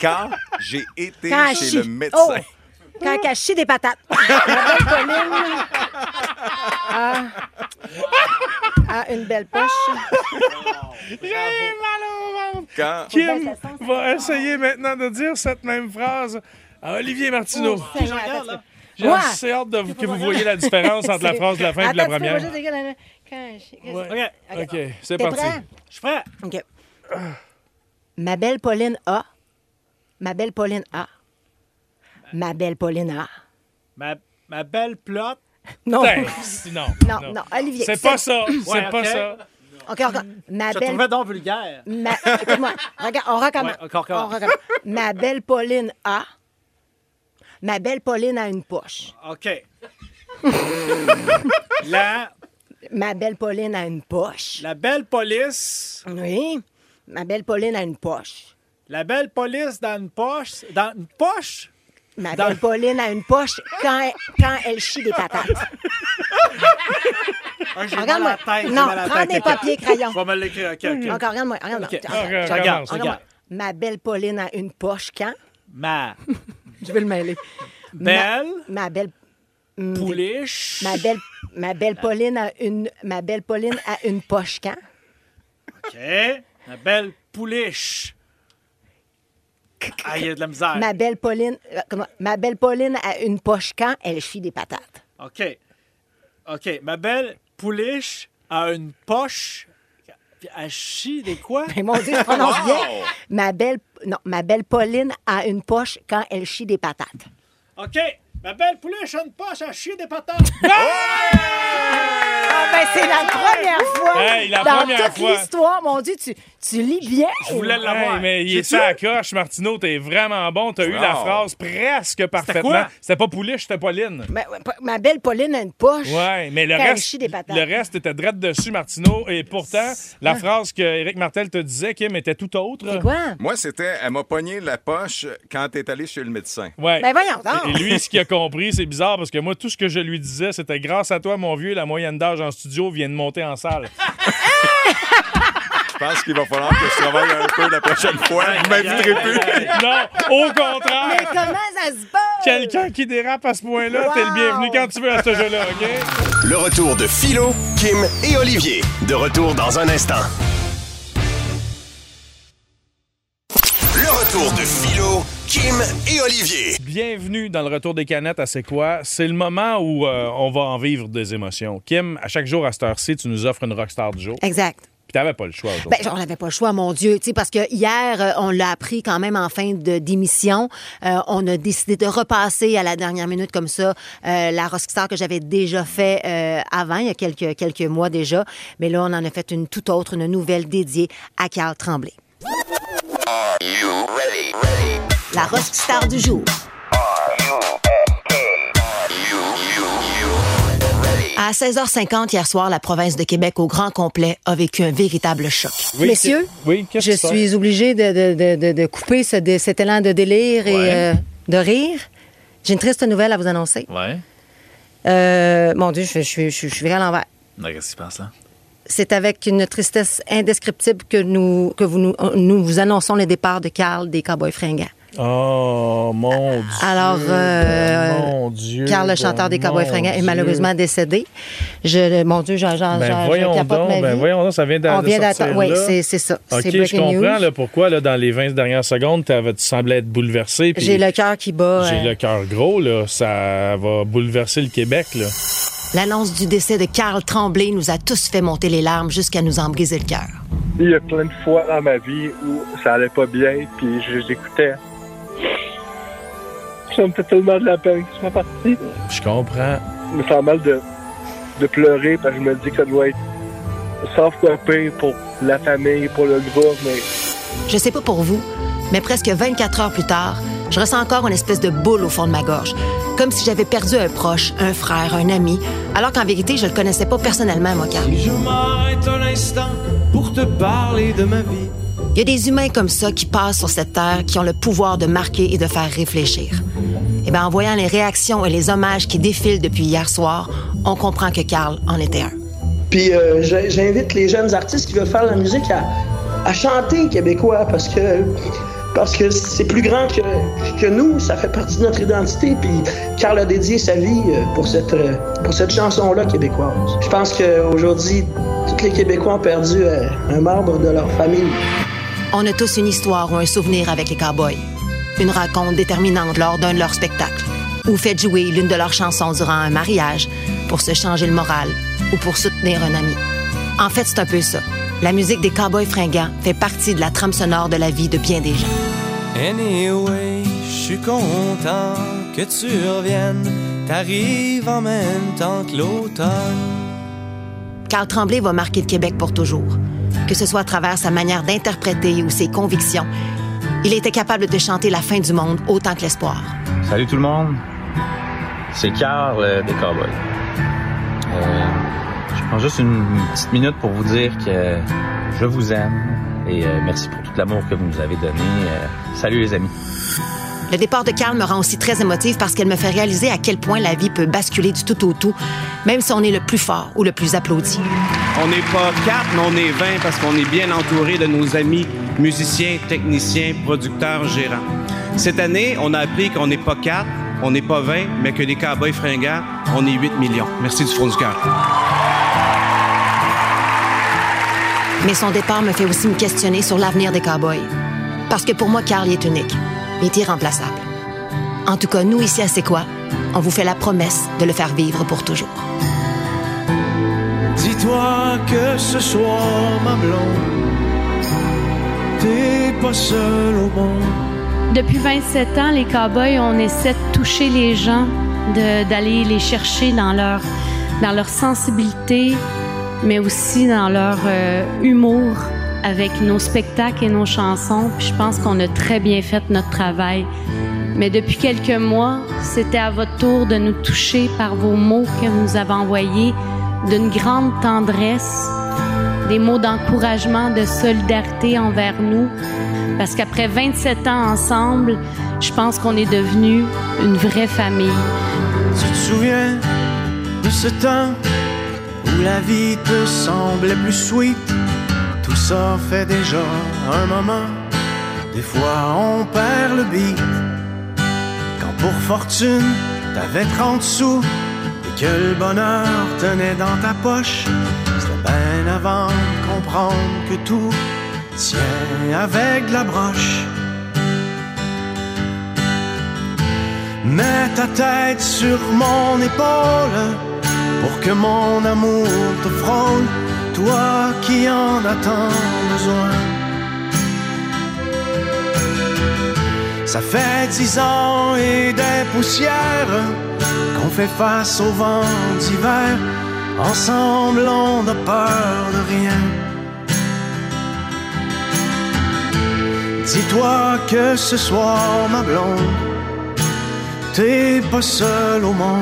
Speaker 1: quand j'ai été
Speaker 3: Ah. Quand elle
Speaker 1: chez
Speaker 3: chie.
Speaker 1: le médecin.
Speaker 3: Oh! Quand elle chie des patates. Ma belle Pauline. Ah. Ah, une belle poche.
Speaker 2: J'ai mal au ventre.
Speaker 1: Quand
Speaker 2: Kim va essayer maintenant de dire cette même phrase à Olivier Martineau.
Speaker 3: Oh, Seigneur, attends un petit peu.
Speaker 2: J'ai
Speaker 6: Ouais.
Speaker 2: assez hâte de vous- que vous voyez la différence entre la phrase de la fin et
Speaker 6: Attends,
Speaker 2: la
Speaker 6: tu peux
Speaker 2: première.
Speaker 6: pas juste dire, là, quand je-
Speaker 5: OK,
Speaker 2: OK, c'est
Speaker 6: T'es
Speaker 2: parti.
Speaker 6: prêt?
Speaker 5: je suis prêt.
Speaker 6: OK. Ma belle Pauline A. Ma belle Pauline A. Ma belle Pauline A.
Speaker 5: Ma, ma belle plot.
Speaker 6: Non.
Speaker 2: Putain, si- Ben, non,
Speaker 6: Non, non, Olivier.
Speaker 2: C'est pas ça. C'est
Speaker 5: Ouais,
Speaker 2: pas
Speaker 5: ok.
Speaker 2: ça.
Speaker 6: OK, encore. Ma
Speaker 5: Je te
Speaker 6: belle.
Speaker 5: trouvais donc vulgaire.
Speaker 3: Mm.
Speaker 6: Ma... Écoute-moi. Regarde, on recommence.
Speaker 5: Ouais, encore, encore.
Speaker 6: On recommence. Ma belle Pauline A. Ma belle Pauline a une poche.
Speaker 5: OK. la,
Speaker 6: Ma belle Pauline a une poche.
Speaker 5: la belle police.
Speaker 6: Oui. Ma belle Pauline a une poche.
Speaker 5: La belle police dans une poche. Dans une poche?
Speaker 6: Ma
Speaker 5: Dans-
Speaker 6: belle Pauline a une poche quand elle, quand elle chie des patates.
Speaker 5: Ah, j'ai
Speaker 6: Regarde-moi.
Speaker 5: mal à la tête, j'ai
Speaker 6: Non,
Speaker 5: mal à la
Speaker 6: prends
Speaker 5: tête,
Speaker 6: des
Speaker 5: ok.
Speaker 6: papiers, crayons. Mmh,
Speaker 5: Je vais me l'écrire, OK, OK.
Speaker 6: Encore, regarde-moi. Regarde-moi.
Speaker 5: Ok.
Speaker 6: Regarde,
Speaker 2: Ok,
Speaker 6: regarde,
Speaker 2: recommence,
Speaker 6: regarde-moi.
Speaker 5: regarde.
Speaker 6: Ma belle Pauline a une poche quand?
Speaker 5: Ma
Speaker 6: Je vais le mêler.
Speaker 5: belle
Speaker 6: Ma belle... Hmm,
Speaker 5: pouliche.
Speaker 6: Ma belle, ma belle Pauline a une, ma belle Pauline a une poche quand?
Speaker 5: OK. Ma belle pouliche. Ah, il y a de la misère.
Speaker 6: Ma belle Pauline, euh, comment- ma belle Pauline a une poche quand elle chie des patates.
Speaker 5: OK. OK. Ma belle pouliche a une poche. Puis elle chie des quoi?
Speaker 6: Mais mon Dieu, je prononce bien. Ma belle, non, ma belle Pauline a une poche quand elle chie des patates.
Speaker 5: OK. Ma belle pouliche a une poche, elle chie des patates.
Speaker 6: Ah ben c'est la première fois
Speaker 2: Hey, la
Speaker 6: dans
Speaker 2: première
Speaker 6: toute
Speaker 2: fois.
Speaker 6: l'histoire, mon Dieu, tu, tu lis bien.
Speaker 5: Je voulais l'avoir.
Speaker 2: Oh, Hey, mais il
Speaker 5: J'ai
Speaker 2: est ça à coche, Martineau. T'es vraiment bon. T'as eu la
Speaker 1: Wow.
Speaker 2: phrase presque parfaitement.
Speaker 5: quoi?
Speaker 2: C'était pas pouliche, c'était Pauline.
Speaker 6: Ma, ma belle Pauline a une poche.
Speaker 2: Ouais, mais le
Speaker 6: quand elle
Speaker 2: reste,
Speaker 6: chie des patates.
Speaker 2: le reste était direct dessus, Martineau. Et pourtant, la phrase que Éric Martel te disait, Kim, était tout autre.
Speaker 6: C'est quoi?
Speaker 1: Moi, c'était, elle m'a pogné la poche quand t'es allé chez le médecin.
Speaker 2: Ouais.
Speaker 6: Ben voyons donc.
Speaker 2: Et lui, ce qu'il a compris, c'est bizarre parce que moi, tout ce que je lui disais, c'était grâce à toi, mon vieux, la moyenne d'âge en studio vient de monter en salle.
Speaker 1: Je pense qu'il va falloir que je travaille un peu la prochaine fois. Vous m'inviterez plus.
Speaker 2: non, au
Speaker 6: Mais
Speaker 2: contraire!
Speaker 6: comment ça se passe?
Speaker 2: Quelqu'un qui dérape à ce point-là, t'es le
Speaker 6: Wow.
Speaker 2: bienvenu quand tu veux à ce jeu-là, OK?
Speaker 10: Le retour de Philo, Kim et Olivier. De retour dans un instant. Le retour de Philo, Kim et Olivier.
Speaker 2: Bienvenue dans le retour des canettes à C'est quoi? C'est le moment où euh, on va en vivre des émotions. Kim, à chaque jour à cette heure-ci, tu nous offres une rockstar du jour. Puis
Speaker 3: Exact.
Speaker 2: t'avais pas le choix aujourd'hui.
Speaker 3: Ben, genre, on n'avait pas le choix, mon Dieu. Tu sais, parce que hier, euh, on l'a appris quand même en fin de démission. Euh, on a décidé de repasser à la dernière minute comme ça euh, la Rockstar que j'avais déjà fait euh, avant, il y a quelques, quelques mois déjà. Mais là, on en a fait une toute autre, une nouvelle dédiée à Carl Tremblay. La Rockstar du jour. À 16h50 hier soir, la province de Québec au grand complet a vécu un véritable choc.
Speaker 2: Oui,
Speaker 3: Messieurs,
Speaker 2: qu'est- oui, qu'est-ce
Speaker 3: je
Speaker 2: qui se passe?
Speaker 3: suis obligée de, de- de- de- de couper ce dé- cet élan de délire et euh, de rire. J'ai une triste nouvelle à vous annoncer.
Speaker 11: Ouais.
Speaker 3: Euh, mon Dieu, je, je, je, je suis virée à l'envers.
Speaker 11: Mais Qu'est-ce qui se passe là?
Speaker 3: C'est avec une tristesse indescriptible que nous, que vous, nous, euh, nous vous annonçons le départ de Carl des Cowboys fringants.
Speaker 2: Oh, mon Dieu.
Speaker 3: Alors, euh,
Speaker 2: ben, mon Dieu.
Speaker 3: Carl, le
Speaker 2: ben,
Speaker 3: chanteur des Cowboys
Speaker 2: mon
Speaker 3: fringants, est
Speaker 2: Dieu.
Speaker 3: malheureusement décédé. Je, mon Dieu, j'en, j'en, j'en-
Speaker 2: Ben
Speaker 3: je
Speaker 2: voyons
Speaker 3: capote
Speaker 2: donc,
Speaker 3: ma vie.
Speaker 2: ben voyons donc, ça vient d'a-
Speaker 3: On
Speaker 2: de
Speaker 3: vient
Speaker 2: sortir,
Speaker 3: d'attendre. Oui,
Speaker 2: là.
Speaker 3: c'est, c'est ça.
Speaker 2: OK,
Speaker 3: c'est
Speaker 2: je
Speaker 3: breaking
Speaker 2: comprends
Speaker 3: news.
Speaker 2: là, pourquoi là, dans les 20 dernières secondes, t'avais- tu semblais être bouleversé. puis
Speaker 3: J'ai le cœur qui bat.
Speaker 2: J'ai
Speaker 3: euh,
Speaker 2: le cœur gros, là. Ça va bouleverser le Québec, là.
Speaker 3: L'annonce du décès de Carl Tremblay nous a tous fait monter les larmes jusqu'à nous en briser le cœur.
Speaker 12: Il y a plein de fois dans ma vie où ça allait pas bien, puis je les écoutais. Ça me fait tellement de la peine que je sois parti.
Speaker 2: Je comprends.
Speaker 12: Je me sens mal de, de pleurer parce que je me dis que ça doit être sauf copé pour la famille, pour le groupe, mais
Speaker 3: Je sais pas pour vous, mais presque 24 heures plus tard, je ressens encore une espèce de boule au fond de ma gorge, comme si j'avais perdu un proche, un frère, un ami, alors qu'en vérité, je le connaissais pas personnellement, moi, Carl.
Speaker 5: Je m'arrête un instant pour te parler de ma vie.
Speaker 3: Il y a des humains comme ça qui passent sur cette terre, qui ont le pouvoir de marquer et de faire réfléchir. Et bien, en voyant les réactions et les hommages qui défilent depuis hier soir, on comprend que Carl en était un.
Speaker 13: Puis euh, je- j'invite les jeunes artistes qui veulent faire de la musique à, à chanter québécois parce que parce que c'est plus grand que, que nous, ça fait partie de notre identité. Puis Carl a dédié sa vie euh, pour cette euh, pour cette chanson-là québécoise. Je pense qu'aujourd'hui, tous les Québécois ont perdu euh, un membre de leur famille.
Speaker 3: On a tous une histoire ou un souvenir avec les cowboys. Une rencontre déterminante lors d'un de leurs spectacles. ou faites jouer l'une de leurs chansons durant un mariage pour se changer le moral ou pour soutenir un ami. En fait, c'est un peu ça. La musique des Cowboys fringants fait partie de la trame sonore de la vie de bien des gens.
Speaker 14: Anyway, je suis content que tu reviennes. T'arrives en même temps que l'automne.
Speaker 3: Carl Tremblay va marquer le Québec pour toujours. Que ce soit à travers sa manière d'interpréter ou ses convictions, il était capable de chanter la fin du monde autant que l'espoir.
Speaker 2: Salut tout le monde, c'est Carl euh, des Cowboys. Euh, je prends juste une petite minute pour vous dire que je vous aime et euh, merci pour tout l'amour que vous nous avez donné. Euh, salut les amis.
Speaker 3: Le départ de Carl me rend aussi très émotive parce qu'elle me fait réaliser à quel point la vie peut basculer du tout au tout, même si on est le plus fort ou le plus applaudi.
Speaker 15: On n'est pas quatre, mais on est 20 parce qu'on est bien entouré de nos amis musiciens, techniciens, producteurs, gérants. Cette année, on a appris qu'on n'est pas quatre, on n'est pas 20, mais que les cowboys fringants, on est 8 millions. Merci du fond du cœur.
Speaker 3: Mais son départ me fait aussi me questionner sur l'avenir des cowboys. Parce que pour moi, Carl il est unique. Il est irremplaçable. En tout cas, nous, ici à C'est quoi, on vous fait la promesse de le faire vivre pour toujours.
Speaker 14: Dis-toi que ce soir, ma blonde, t'es pas seul au monde.
Speaker 16: Depuis 27 ans, les cowboys, on essaie de toucher les gens, de- d'aller les chercher dans leur, dans leur sensibilité, mais aussi dans leur euh, humour avec nos spectacles et nos chansons. Puis je pense qu'on a très bien fait notre travail. Mais depuis quelques mois, c'était à votre tour de nous toucher par vos mots que vous nous avez envoyés, d'une grande tendresse, des mots d'encouragement, de solidarité envers nous. Parce qu'après 27 ans ensemble, je pense qu'on est devenus une vraie famille.
Speaker 14: Tu te souviens de ce temps où la vie te semblait plus sweet? Tout ça fait déjà un moment. Des fois on perd le beat. Quand pour fortune t'avais 30 sous et que le bonheur tenait dans ta poche, c'était bien avant de comprendre que tout tient avec de la broche. Mets ta tête sur mon épaule pour que mon amour te frôle, toi qui en as tant besoin. Ça fait dix ans et des poussières qu'on fait face au vent d'hiver. Ensemble, on n'a peur de rien. Dis-toi que ce soir, ma blonde, t'es pas seul au monde.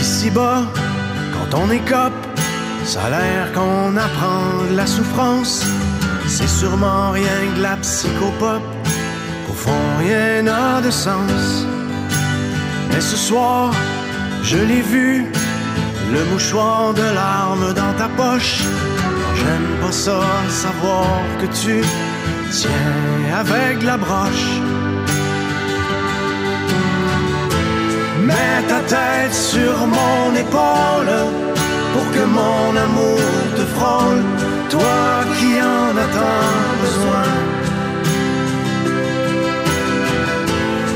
Speaker 14: Ici-bas, quand on est cop, ça a l'air qu'on apprend de la souffrance. C'est sûrement rien que la psychopop, qu'au fond rien n'a de sens. Mais ce soir, je l'ai vu, le mouchoir de larmes dans ta poche. J'aime pas ça, savoir que tu tiens avec la broche. Mets ta tête sur mon épaule pour que mon amour te frôle, toi qui en as tant besoin.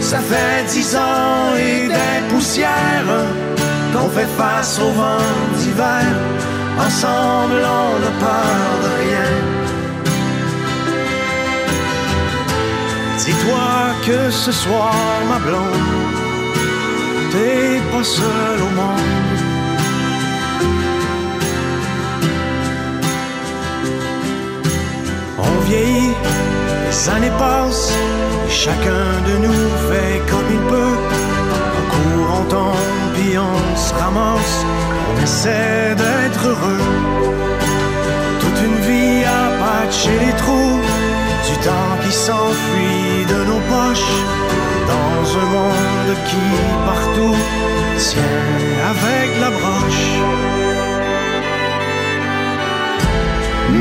Speaker 14: Ça fait dix ans et des poussières qu'on fait face au vent d'hiver. Ensemble, on n'a peur de rien. Dis-toi que ce soir, ma blonde, t'es pas seul au monde. On vieillit, les années passent, et chacun de nous fait comme il peut. On court, on tombe, puis on se ramasse, on essaie d'être heureux. Toute une vie à patcher les trous, du temps qui s'enfuit de nos poches, dans un monde qui partout tient avec la broche.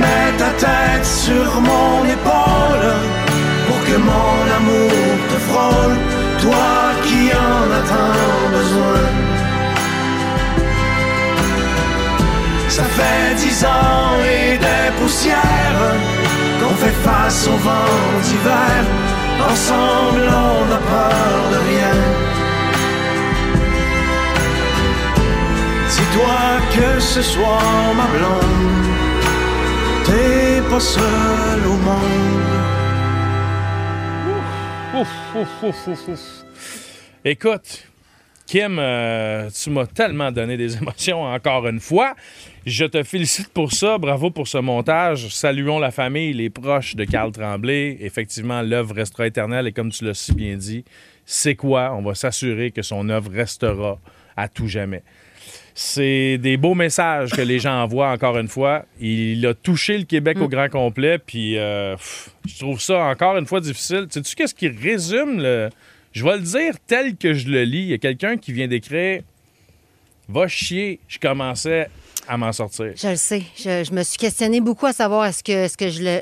Speaker 14: Mets ta tête sur mon épaule pour que mon amour te frôle, toi qui en as tant besoin. Ça fait dix ans et des fait poussière, qu'on fait face au vent d'hiver. Ensemble, on n'a peur de rien. Dis-toi que ce soir, ma blonde, t'es pas seul au monde.
Speaker 2: Ouf, ouf, ouf, ouf, ouf. Écoute, Kim, euh, tu m'as tellement donné des émotions encore une fois. Je te félicite pour ça. Bravo pour ce montage. Saluons la famille, les proches de Carl Tremblay. Effectivement, l'œuvre restera éternelle et comme tu l'as si bien dit, c'est quoi? On va s'assurer que son œuvre restera à tout jamais. C'est des beaux messages que les gens envoient encore une fois. Il a touché le Québec au grand complet, puis euh, pff, je trouve ça encore une fois difficile. Sais-tu qu'est-ce qui résume le. Je vais le dire tel que je le lis. Il y a quelqu'un qui vient d'écrire Va chier, je commençais à m'en sortir.
Speaker 3: Je le sais. Je, je me suis questionnée beaucoup à savoir est-ce que, est-ce que je le.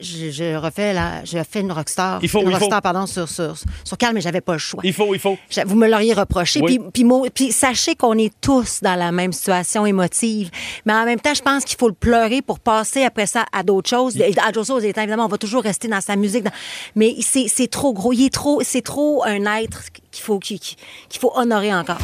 Speaker 3: Je, je refais la, je fais une rockstar.
Speaker 2: Il faut,
Speaker 3: une
Speaker 2: il faut.
Speaker 3: rockstar, pardon, sur, sur, sur calme, mais j'avais pas le choix.
Speaker 2: Il faut, il faut.
Speaker 3: Je- Vous me l'auriez reproché.
Speaker 2: Oui.
Speaker 3: Puis, puis mo- puis sachez qu'on est tous dans la même situation émotive. Mais en même temps, je pense qu'il faut le pleurer pour passer après ça à d'autres choses. À d'autres choses, évidemment, on va toujours rester dans sa musique. dans- Mais c'est c'est trop gros. Il est trop, c'est trop un être qu'il faut, qu'il qu'il faut honorer encore.